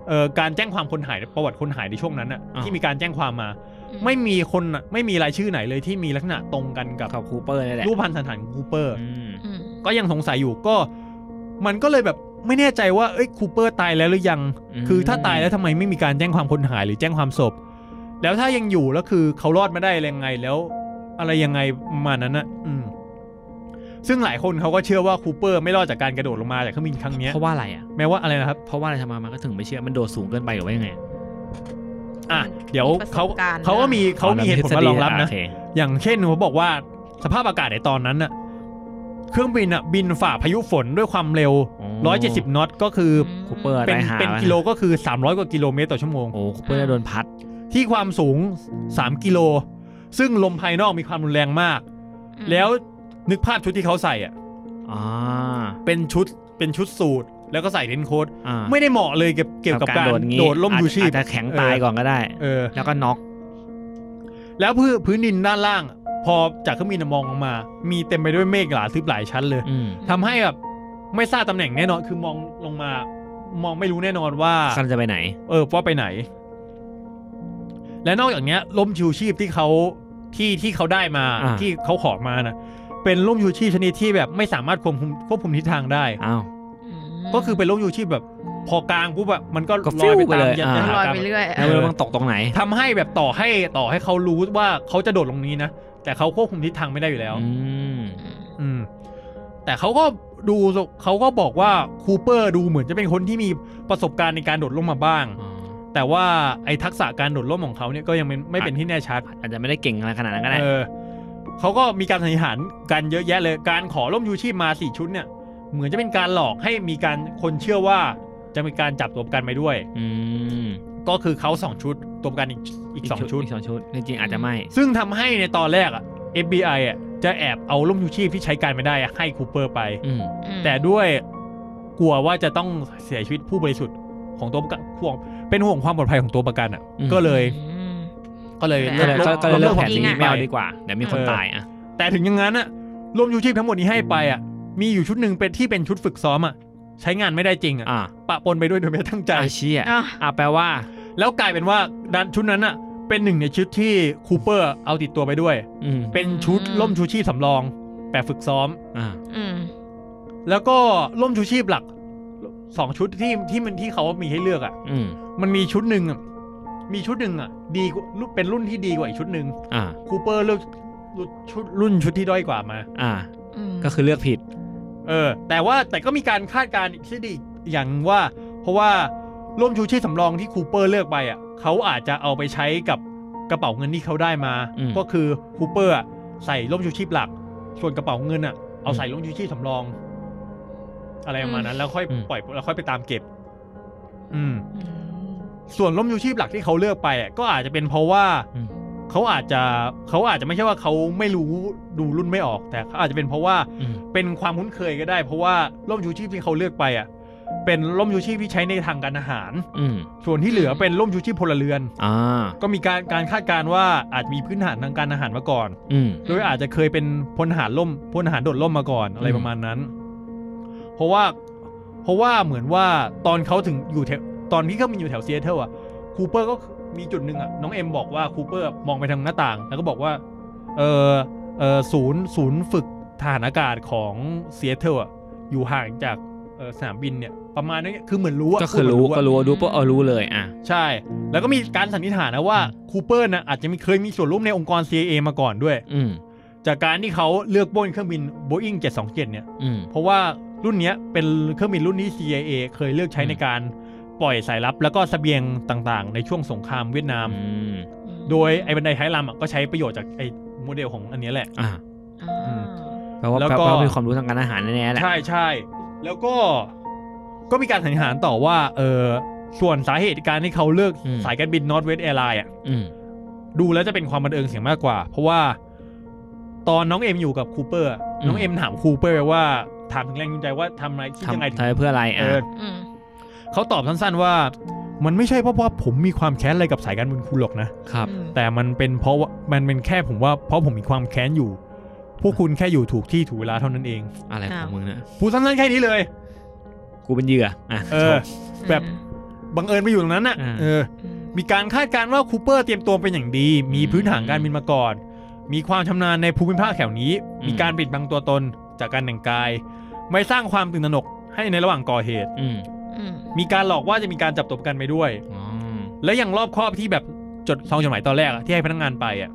C: เอ่อการแจ้งความคนหายประวัติคนหายในช่วงนั้นน่ะ
B: อ่า
C: ที่มีการแจ้งความมา
A: อืม
C: ไม่มีคนน่ะไม่มีรายชื่อไหนเลยที่มีลักษณะตรงกันกับ
B: กับคูเปอร์นี่แหละ
C: รูปพันธสันฐานของคูเปอร์
B: อืม
A: อืม
C: ก็ยังสงสัยอยู่ก็มันก็เลยแบบไม่แน่ใจว่าเอ้ยคูเปอร์ตายแล้วหรือยัง
B: อืม
C: คือถ้าตายแล้วทำไมไม่มีการแจ้งความคนหายหรือแจ้งความศพ แล้วถ้ายังอยู่แล้วคือเขารอดมาได้ยังไงแล้ว อะไรยังไงประมาณนั้นนะอืม ซึ่งหลายคนเขาก็เชื่อว่าคูเปอร์ไม่รอดจากการกระโดดลงมาจากเครื่องบินครั้งเนี้ย
B: เพราะว่าอะไรอ่ะ
C: แม้ว่าอะไรนะครับ
B: เพราะว่าอะไรทำไมมันก็ถึงไม่เชื่อมันโดดสูงเกินไปหรือว่ายังไง
C: อ่ะเดี๋ยวเขา
A: ประสบรณ์
C: เขาก็มีเขามีเหตุผลมารองรับ
B: โ
C: นะ อย่างเช่นเขาบอกว่าสภาพอากาศในตอนนั้นน่ะ เครื่องบินอ่ะบินฝ่าพายุฝนด้วยความเร็ว
B: อ๋อ
C: 170น็อตก็คืออ
B: คูเปอร์
C: เป็น
B: ได้หา
C: เป็นกิโลก็คือ 300 กว่ากิโลเมตรต่อชั่วโมง
B: โอ้คูเปอร์โดนพัด
C: ที่ความสูง 3 กิโล ซึ่งลมภายนอกมีความรุนแรงมาก
A: อืม
C: แล้วนึกภาพชุดที่เขาใส่อ่ะ
B: อ่า
C: เป็นชุดเป็นชุดสูทแล้วก็ใส่เดนโค้ด
B: อ่า
C: ไม่ได้เหมาะเลยเกี่ยวเกี่ยวกับการโดดล่ม
B: อาจ
C: ยูชีพ
B: อาจจะแข็งตายก่อนก็ได้
C: เออ
B: แล้วก็น็อก
C: แล้วพื้นพื้นดินด้านล่างอะพอจากเครื่องบินอะมองลงมา มีเต็มไปด้วยเมฆหลาทึบหลายชั้นเลย
B: อืม
C: ทำให้แบบไม่ทราบตำแหน่งแน่นอนคือมองลงมา มองไม่รู้แน่นอนว่า
B: กำลังจะไปไหน
C: เออว่าไปไหน และนอกจากเนี้ยล่มชูชีพที่เขาที่ที่เขาได้มา
B: อ่า
C: ที่เขาขอมานะเป็นล่มชูชีพชนิดที่แบบไม่สามารถควบคุมควบคุมทิศทางได้
B: อ้าว
A: อืม
C: ก็คือเป็นล่มชูชีพแบบ พอกลางปุ๊บอะมันก็
B: ก็
C: ลอยไป
B: ฟิวไป
C: ตาม
B: เลย
C: ยัน
B: อ่า
C: ยัน
A: ลอย
C: ตาม
A: ไปเรื่อย
B: แล้วไม่รู้มันตกตรงไหน
C: ทำให้แบบต่อให้ต่อให้เขารู้ว่าเขาจะโดดลงนี้นะ แต่เขาควบคุมทิศทางไม่ได้อยู่แล้ว
B: อืม
C: อืม แต่เขาก็ดูเขาก็บอกว่าคูเปอร์ดูเหมือนจะเป็นคนที่มีประสบการณ์ในการโดดล่มมาบ้าง แต่ว่าไอ้ทักษะการโดดล่มของเขาเนี่ยก็ยังเป็นไม่เป็นที่แน่ชัด
B: อาจจะไม่ได้เก่งอะไรขนาดนั้นก็ได้
C: เออเขาก็มีการสันนิษฐานกันเยอะแยะเลย การขอล่มยูชีพมาสี่ชุดเนี่ย เหมือนจะเป็นการหลอกให้มีการคนเชื่อว่าจะมีการจับตัวประกันไปด้วย
B: อืม
C: ก็คือเขาสองชุดตัวประกันอีกอีกสองชุด
B: กสองชุด จริงๆอาจจะไม่
C: ซึ่งทำให้ในตอนแรกอ่ะ FBI อ่ะจะแอบเอาล่มชูชีพที่ใช้การไม่ได้อะให้คูเปอร์ไป
B: อืม
C: แต่ด้วยกลัวว่าจะต้องเสียชีวิตผู้บริสุทธิ์ของตัวประกันห่วงเป็นห่วงความปลอดภัยของตัวประกันอ่ะ
B: อืม
C: ก็เลยก็เลย
A: แต่
B: ก็เลยก็ก็เลยเลือกแผน
A: จริ
B: นี้
A: งอะ
B: ไม่เอาดีกว่า เดี๋ยวมีคนตายอ่ะ
C: แต่ถึงอย่างนั้นอ่ะล่มชูชีพทั้งหมดนี้ให้ไปอ่ะ มีอยู่ชุดหนึ่งเป็นที่เป็นชุดฝึกซ้อมอ่ะ ใช้งานไม่ได้จริงอ่ะ
B: อ่า
C: ปะปนไปด้วยโดยไม่ตั้งใจ
B: อาเชีย
A: อ่ะ
B: อ่าแปลว่า
C: แล้วกลายเป็นว่าดันชุดนั้นอ่ะ เป็นหนึ่งในชุดที่คูเปอร์เอาติดตัวไปด้วย
B: อืม
C: เป็นชุดล่มชูชีพสำรองแบบฝึกซ้อม
B: อ่า
C: แล้วก็ร่มชูชีพหลักสองชุดที่ที่มันที่เขามีให้เลือกอ่ะ
B: อืม
C: มันมีชุดหนึ่งอะมีชุดหนึ่งอ่ะ ดีกว่ารุ่นเป็นรุ่นที่ดีกว่าอีกชุดหนึ่ง
B: อ่า
C: คูเปอร์เลือกรุ่นชุดรุ่นชุดที่ด้อยกว่ามา
B: อ่า ก็คือเลือกผิด
C: เออ แต่ว่าแต่ก็มีการคาดการณ์ที่ดีอีกอย่างหนึ่งว่า เพราะว่าร่มชูชีพสำรองที่คูเปอร์เลือกไปอ่ะเขาอาจจะเอาไปใช้กับกระเป๋าเงินที่เขาได้มา
B: อืม
C: ก็คือคูเปอร์อะใส่ร่มชูชีพหลัก ส่วนกระเป๋าเงินอ่ะเอาใส่ร่มชูชีพสำรอง อะไรประมาณนั้น แล้วค่อยปล่อยแล้วค่อยไปตามเก็บ อืม ส่วนร่มชูชีพหลักที่เขาเลือกไปอะก็อาจจะเป็นเพราะว่า
B: อืม
C: เขาอาจจะเขาอาจจะไม่ใช่ว่าเขาไม่รู้ดูรุ่นไม่ออก แต่เขาอาจจะเป็นเพราะว่า
B: อืม
C: เป็นความคุ้นเคยก็ได้ เพราะว่าร่มชูชีพที่เขาเลือกไปอ่ะ เป็นร่มชูชีพที่ใช้ในทางการอาหาร
B: อืม
C: ส่วนที่เหลือเป็นร่มชูชีพพลเรือน
B: อ่า
C: ก็มีการการคาดการณ์ว่าอาจมีพื้นฐานทางการอาหารมาก่อน
B: อืม
C: โดยอาจจะเคยเป็นพลทหารล่มพลทหารโดดล่มมาก่อนอะไร
B: อืม
C: ประมาณนั้น เพราะว่า เพราะว่าเหมือนว่าตอนเขาถึงอยู่แถวตอนที่เขามีอยู่แถวซีแอตเทิลอะคูเปอร์ก็มีจุดหนึ่งอะน้องเอ็มบอกว่าคูเปอร์มองไปทางหน้าต่าง แล้วก็บอกว่า เออเออศูนย์ศูนย์ฝึกทหารอากาศของซีแอตเทิลอะอยู่ห่างจากเอ่อสนามบินเนี่ย ประมาณนี้คือเหมือนรู้อะ
B: ก็คือรู้
C: พูดเหมืน
B: ก็
C: อะ
B: รู้รู้ปุ๊บเออรู้เลยอ่ะ
C: ใช่ แล้วก็มีการสันนิษฐานนะว่าคูเปอร์นะอาจจะมีเคยมีส่วนร่วมในองค์กร CIA มาก่อนด้วย
B: อืม
C: จากการที่เขาเลือกบนเครื่องบิน Boeing 727 เนี่ย
B: อืม
C: เพราะว่ารุ่นเนี้ยเป็นเครื่องบินรุ่นที่ CIA เคยเลือกใช้
B: อืม
C: ในการปล่อยสายลับ แล้วก็เสบียงต่างๆ ในช่วงสงครามเวียดนาม
B: อืม
C: โดยไอ้บันไดท้ายลำอะก็ใช้ประโยชน์จากไอ้โมเดลของอันเนี้ยแหละ
B: อ่า
C: อืม
B: แปลว่า
C: แล้ว
B: แปล
C: ก็
B: ว่ามีความรู้ทางการอาหารแน่ๆแหละ
C: ใช่ใช่แล้วก็ก็มีการสันนิษฐานต่อว่าเออส่วนสาเหตุการที่เขาเลือกสายการบิน Northwest Airlines อ่ะ
B: อืม
C: ดูแล้วจะเป็นความบันเอิงเสียมากกว่า เพราะว่า ตอนน้องเอ็มอยู่กับคูเปอร์อะ
B: อืม
C: น้องเอ็มถามคูเปอร์ว่าถามถึงแรงจูงใจว่าทำอะไรคิดยังไง
B: ทำ
C: ถึง
B: ทำไปเพื่ออะไร
C: เอ
B: อ่ะ
C: อเขาตอบสั้นๆว่า มันไม่ใช่เพราะว่าผมมีความแค้นอะไรกับสายการบินคุณหรอกนะ
B: ครับ
C: แต่มันเป็นเพราะว่ามันเป็นแค่ผมว่าเพราะผมมีความแค้นอยู่ พวกคุณแค่อยู่ถูกที่ถูกเวลาเท่านั้นเอง
B: อะไรของมึงเนี่ย
C: พูดสั้นๆแค่นี้เลย
B: กูเป็นเหยื่ออ่ะ
C: เออ แบบ บังเอิญไปอยู่ตรงนั้นน่ะ
B: อ่า
C: เออ มีการคาดการณ์ว่าคูเปอร์เตรียมตัวเป็นอย่างดี มีพื้นฐานการบินมาก่อน มีความชำนาญในภูมิภาคแถวนี้
B: อืม
C: มีการปิดบังตัวตนจากการแต่งกาย ไม่สร้างความตื่นตระหนกให้ในระหว่างก่อเหตุ
B: อืม
A: อืม
C: มีการหลอกว่าจะมีการจับตัวประกันไปด้วย
B: อ๋อ
C: และยังรอบครอบที่แบบจดซองจดหมายตอนแรกอะที่ให้พนักงานไปอะ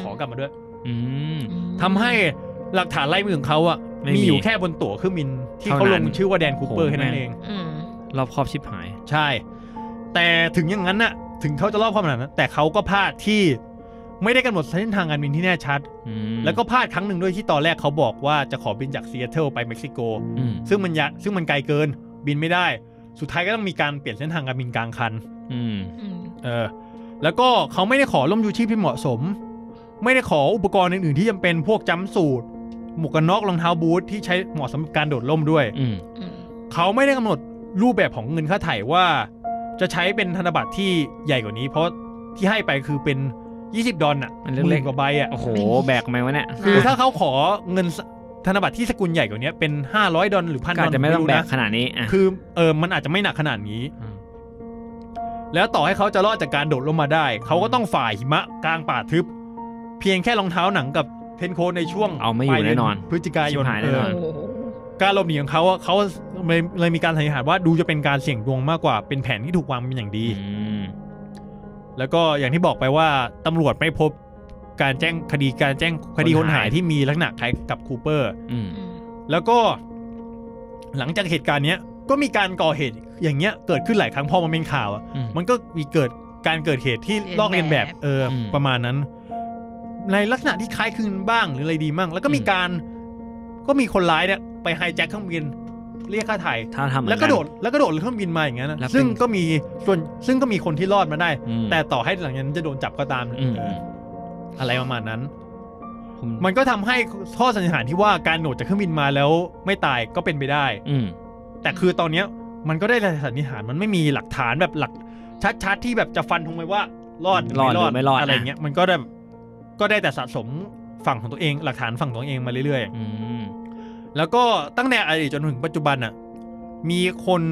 C: ขอกลับมาด้วย
B: อืม
A: อืม
C: ทำให้หลักฐานไล่มือของเขาอะ
B: ไม่มี
C: มีอยู่แค่บนตั๋วเครื่องบินที่เขา
B: เท่านั้
C: ล
B: น
C: งชื่อว่าแดนคูเปอร์
B: โห
C: แค่นั้น
B: แม่ง
C: เอง
A: อืม
B: รอบครอบชิบหาย
C: ใช่ แต่ถึงอย่างนั้นน่ะ ถึงเขาจะรอบความหนาดนั้นแต่เขาก็พลาดที่ไม่ได้กำหนดเส้นทางการบินที่แน่ชัด
B: อืม
C: แล้วก็พลาดครั้งหนึ่งด้วยที่ตอนแรกเขาบอกว่าจะขอบินจากซีแอตเทิลไปเม็กซิโก
B: อืม
C: ซึ่งมันยะซึ่งมันไกลเกินบินไม่ได้ สุดท้ายก็ต้องมีการเปลี่ยนเส้นทางการบินกลางคัน
B: อืม
A: อืม
C: เออ แล้วก็เขาไม่ได้ขอร่มยูชีพที่เหมาะสม ไม่ได้ขออุปกรณ์อื่นๆที่จำเป็นพวกจัมป์สูทหมวกกันน็อกรองเท้าบูทที่ใช้เหมาะสำหรับการโดดร่มด้วย
B: อืม
A: อืม
C: เขาไม่ได้กำหนดรูปแบบของเงินค่าไถ่ว่า จะใช้เป็นธนบัตรที่ใหญ่กว่านี้ เพราะที่ให้ไปคือเป็น 20 ดอลลาร์น่ะ
B: มัน
C: ห
B: เล็
C: มื่
B: ก
C: น
B: ๆ
C: กว่าใบอ่ะ
B: โอ้โห แบกไหมวะเนี่ย
C: คือถ้าเขาขอเงินธนบัตรที่สกุลใหญ่กว่านี้เป็น 500 ดอลลาร์หรือพัน
B: ก็
C: ดอ
B: อา
C: ล
B: จ
C: ลา
B: จะ
C: ร์
B: ไม่ต้อง
C: รู้
B: แบก
C: นะ
B: ขนาดนี้อ่ะ
C: คือเออมันอาจจะไม่หนักขนาดนี้
B: ม
C: แล้วต่อให้เขาจะรอดจากการโดดลงมาได้ เขาก็ต้องฝ่าหิมะกลางป่าทึบ เพียงแค่รองเท้าหนังกับเทนโคในช่วง
B: เอาไม่อยู่แน่นอน
C: พฤศจิกายน
B: ชิบหายแน่
C: เอนอ
B: น
A: โอ้โห
C: การหลบหนีของเขาอะเขาเลยเลยมีการสันนิษฐานว่าดูจะเป็นการเสี่ยงดวงมากกว่าเป็นแผนที่ถูกวางเป็นอย่างดี
B: อืม
C: แล้วก็อย่างที่บอกไปว่าตำรวจไม่พบการแจ้งคดีการแจ้งคดีคนหายที่มีลักษณะคล้ายกับคูเปอร์
B: อืม
A: อืม
C: แล้วก็หลังจากเหตุการณ์เนี้ยก็มีการก่อเหตุอย่างเงี้ยเกิดขึ้นหลายครั้งพอมันเป็นข่าวอะ
B: อืม
C: มันก็มีเกิดการเกิดเหตุที่ลอกเลียนแบบเอออ
B: ม
C: ประมาณนั้น ในลักษณะที่คล้ายคลึงบ้างหรืออะไรดีมั่งแล้วก็มีการก็มีคนร้ายเนี่ยไปไฮแจ็คเครื่องบินเรียกค่าไถ่
B: ถ้าทำเหมือน
C: แล้
B: น
C: วก็โดดแล้วก็โดดเครื่องบินมาอย่างนั้นนะ
B: แล้วเป็น
C: ซึ่งก็มีส่วนซึ่งก็มีคนที่รอดมาได้
B: อืม
C: แต่ต่อให้หลังจากนั้นจะโดนจับก็ตาม
B: อืม
C: เอออะไรประมาณนั้น
B: ผม
C: มันก็ทำให้ข้อสันนิษฐานที่ว่าการโดดจากเครื่องบินมาแล้วไม่ตายก็เป็นไปได้
B: อืม
C: แต่คือตอนเนี้ยมันก็ได้แต่สันนิษฐานมันไม่มีหลักฐานแบบหลัก ชัดๆที่แบบจะฟันธงไปว่ารอดห
B: รอดหรือไม่รอด
C: อะไรเงี้ยมันก็ได้ก็ได้แต่สะสมฝั่งของตัวเอง หลักฐานฝั่งตัวเองมาเรื่อยๆ
B: อืม
C: แล้วก็ตั้งแต่อดีตจนถึงปัจจุบันน่ะมีคน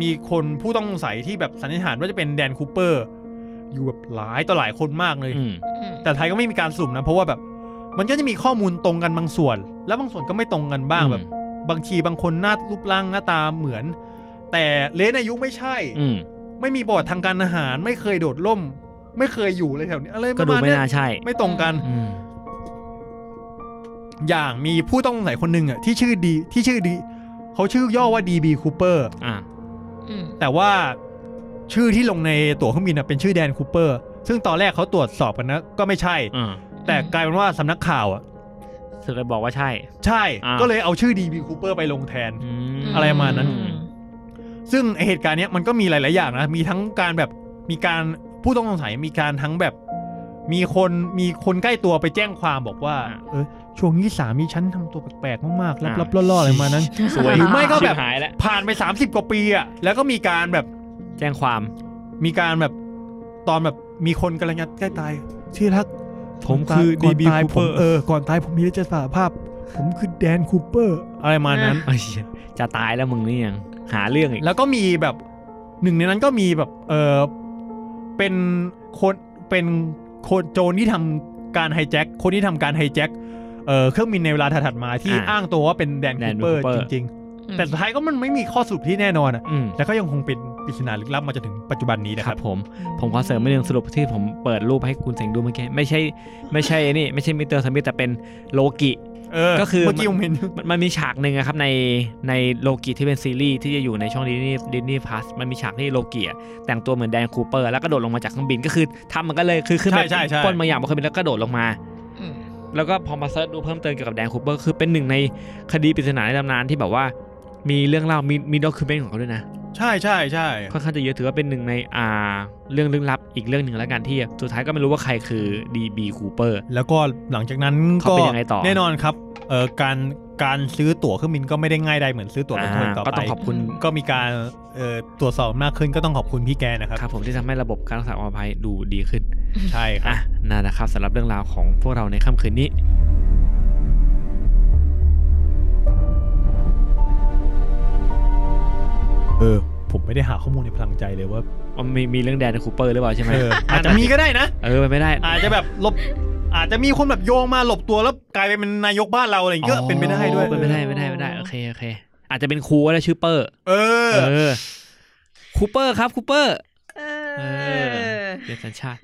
C: มีคนผู้ต้องสงสัยที่แบบสันนิษฐานว่าจะเป็นแดนคูเปอร์ อยู่แบบหลายต่อหลายคนมากเลย
B: อืม
A: อืม
C: แต่ไทยก็ไม่มีการสุ่มนะ เพราะว่าแบบ มันก็จะมีข้อมูลตรงกันบางส่วน แล้วบางส่วนก็ไม่ตรงกันบ้างแบบ บางทีบางคนหน้ารูปร่างหน้าตาเหมือน แต่เลนอายุไม่ใช่
B: อืม
C: ไม่มีประวัติทางการอาหาร ไม่เคยโดดร่ม ไม่เคยอยู่เลยแถวนี้อะไรป
B: ก็
C: ระ
B: ดู
C: มาณ
B: ไม่
C: เนี้ย
B: น่าใช่
C: ไม่ตรงกัน
B: อืม
C: อย่างมีผู้ต้องสงสัยคนหนึ่งอ่ะที่ชื่อดีที่ชื่อดีเขาชื่อย่อว่าดีบีคูเปอร์
B: อ่ะ
A: อืม
C: แต่ว่าชื่อที่ลงในตั๋วเครื่องบินอ่ะเป็นชื่อแดนคูเปอร์ซึ่งตอนแรกเขาตรวจสอบกันนะก็ไม่ใช่
B: อ่า
C: แต่กลายเป็นว่าสำนักข่าวอ่ะ
B: สึกเลยบอกว่าใช่
C: ใช่
B: อ่า
C: ก็เลยเอาชื่อดีบีคูเปอร์ไปลงแทน
B: อืม
C: อะไรประมาณนั้น
A: อื
C: ซึ่งไอ้เหตุการณ์เนี้ยมันก็มีหลาย ๆ อย่างนะมีทั้งการแบบมีการผู้ต้องสงสัยมีการทั้งแบบ มีคนมีคนใกล้ตัวไปแจ้งความบอกว่า
B: อ่า
C: เออช่วงนี้สามีฉันทำตัวแปลกๆมากๆ
B: อ่า
C: ลับๆล่อๆอะไรประมาณนั้น
B: สวย
C: หรือไม่ก็แบบ
B: ชิหายแล้ว
C: ผ่านไป 30 กว่าปีอะแล้วก็มีการแบบ
B: แจ้งความ
C: มีการแบบตอนแบบมีคนกำลังจะใกล้ตายที่รัก
B: ผม
C: ก่นตาย
B: คือ
C: ก่น
B: DB
C: ตายผม
B: Cooper
C: เออก่อนตายผมมีเรื่องจะสารภาพ ผมคือแดนคูเปอร์อะไรประมาณนั้น
B: เอ้ยเหี้ยจะตายแล้วมึงนี่ยังหาเรื่องอีก
C: แล้วก็มีแบบหนึ่งในนั้นก็มีแบบเออเป็นคนเป็นคนโจรที่ทำการไฮแจ็คคนที่ทำการไฮแจ็คเออเครื่องบินในเวลาถัดๆมาที่อ้างตัวว่าเป็นแดนคูเปอร์จริง
A: ม
C: ๆ แต่สุดท้ายก็มันไม่มีข้อสรุปที่แน่นอนอะ
B: อืม
C: แล้วก็ยังคงเป็นปริศนาลึกลับมาจนถึงปัจจุบันนี้นะ
B: ค
C: ค
B: รั
C: รั
B: บบ ผม ผมขอเสริมไม่เรื่องสรุปที่ผมเปิดรูปให้คุณเสงดูเมื่อกี้ไม่ใช่ไม่ใช่นี่ ไม่ใช่มิสเตอร์สมิธแต่เป็นโลกิ
C: เออ
B: ก็คือ
C: เมื่อกี้
B: มัน
C: ผมเห็น
B: มันมันมีฉากหนึ่งอะครับในในโลกิที่เป็นซีรีส์ที่จะอยู่ในช่องดิสนีย์ดิสนีย์พาสมันมีฉากที่โลกิอะแต่งตัวเหมือนแดนคูเปอร์แล้วก็โดดลงมาจากเครื่องบินก็คือทำมันก็เลยคือขึ้นไป
C: ใช่ใช่ใช่
B: ปล้นบางอย่างบนเครื่องบินแล้วก็โดดลงมา
A: อืม
B: แล้วก็พอมาเซิร์ชดูเพิ่มเติมเกี่ยวกับแดนคูเปอร์คือเป็นหนึ่งในคดีปริศนาในตำนานที่แบบว่ามีเรื่องเล่ามีมีด็อกิเมนต์ของเขาด้วยนะ
C: ใช่ใช่ใช่
B: ค่อนข้างจะเยอะถือว่าเป็นหนึ่งในอ่าเรื่องลึกลับอีกเรื่องหนึ่งแล้วกันที่สุดท้ายก็ไม่รู้ว่าใครคือ DB Cooper
C: แล้วก็หลังจากนั้น
B: เขา
C: ก็
B: เป็นยังไงต่อ
C: แน่นอนครับเออการการซื้อตั๋วเครื่องบินก็ไม่ได้ง่ายได้เหมือนซื้อตั๋วรถทัวร์อีกต่อ
B: ก็
C: ไป
B: ต้องขอบคุณ
C: ก็มีการเอ่อตรวจสอบมากขึ้นก็ต้องขอบคุณพี่แกนะครับ
B: ครับผมที่ทำให้ระบบการรักษาความปลอดภัยดูดีขึ้น
C: ใช่ครับ
B: อ่ะนั่นนะครับสำหรับเรื่องราวของพวกเราในค่ำคืนนี้
C: เออ ผมไม่ได้หาข้อมูลในพลังใจเลยว่า
B: มันมีมีเรื่องแดนคูเปอร์หรือเปล่าใช่ไหม
C: เอออาจจะมีก็ได้นะ
B: เออมันไม่ได้
C: อาจจะแบบหลบ อาจจะมีคนแบบโยงมาหลบตัวแล้วกลายไปเป็นนายกบ้านเราอะไรอย่างเงี้ยก็เป็นไปได้ด้วย
B: อ๋อเป็นไปได้ไม่ได้ไม่ได้โอเคโอเค อาจจะเป็นครูก็ได้ชื่อเปอร์
C: เออ
B: เออคูเปอร์ครับคูเปอร์
A: เอ
B: เออ
A: อ
B: เรียนสัญชาติ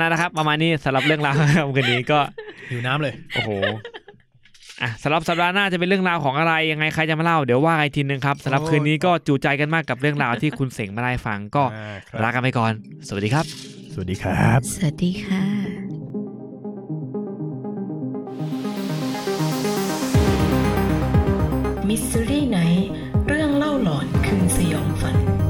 B: นั่นนะครับ ประมาณนี้สำหรับเรื่องราวของคืนนี้ก็
C: อยู่น้ำเลย
B: โอ้โหอ่ะสำหรับสัปดาห์หน้าจะเป็นเรื่องราวของอะไรยังไงใครจะมาเล่าเดี๋ยวว่ากันอีกทีนึงครับสำหรับ
C: โอ้ย
B: คืนนี้ก็จูใจกันมากกับเรื่องราวที่คุณเสงมาได้ฟังก็ลากันไปก่อน สวัสดีครับ
C: สวัสดีครับ
A: สวัสดีค่ะ
D: มิสซิรี่ไนเรื่องเล่าหลอนคืนสยองฝัน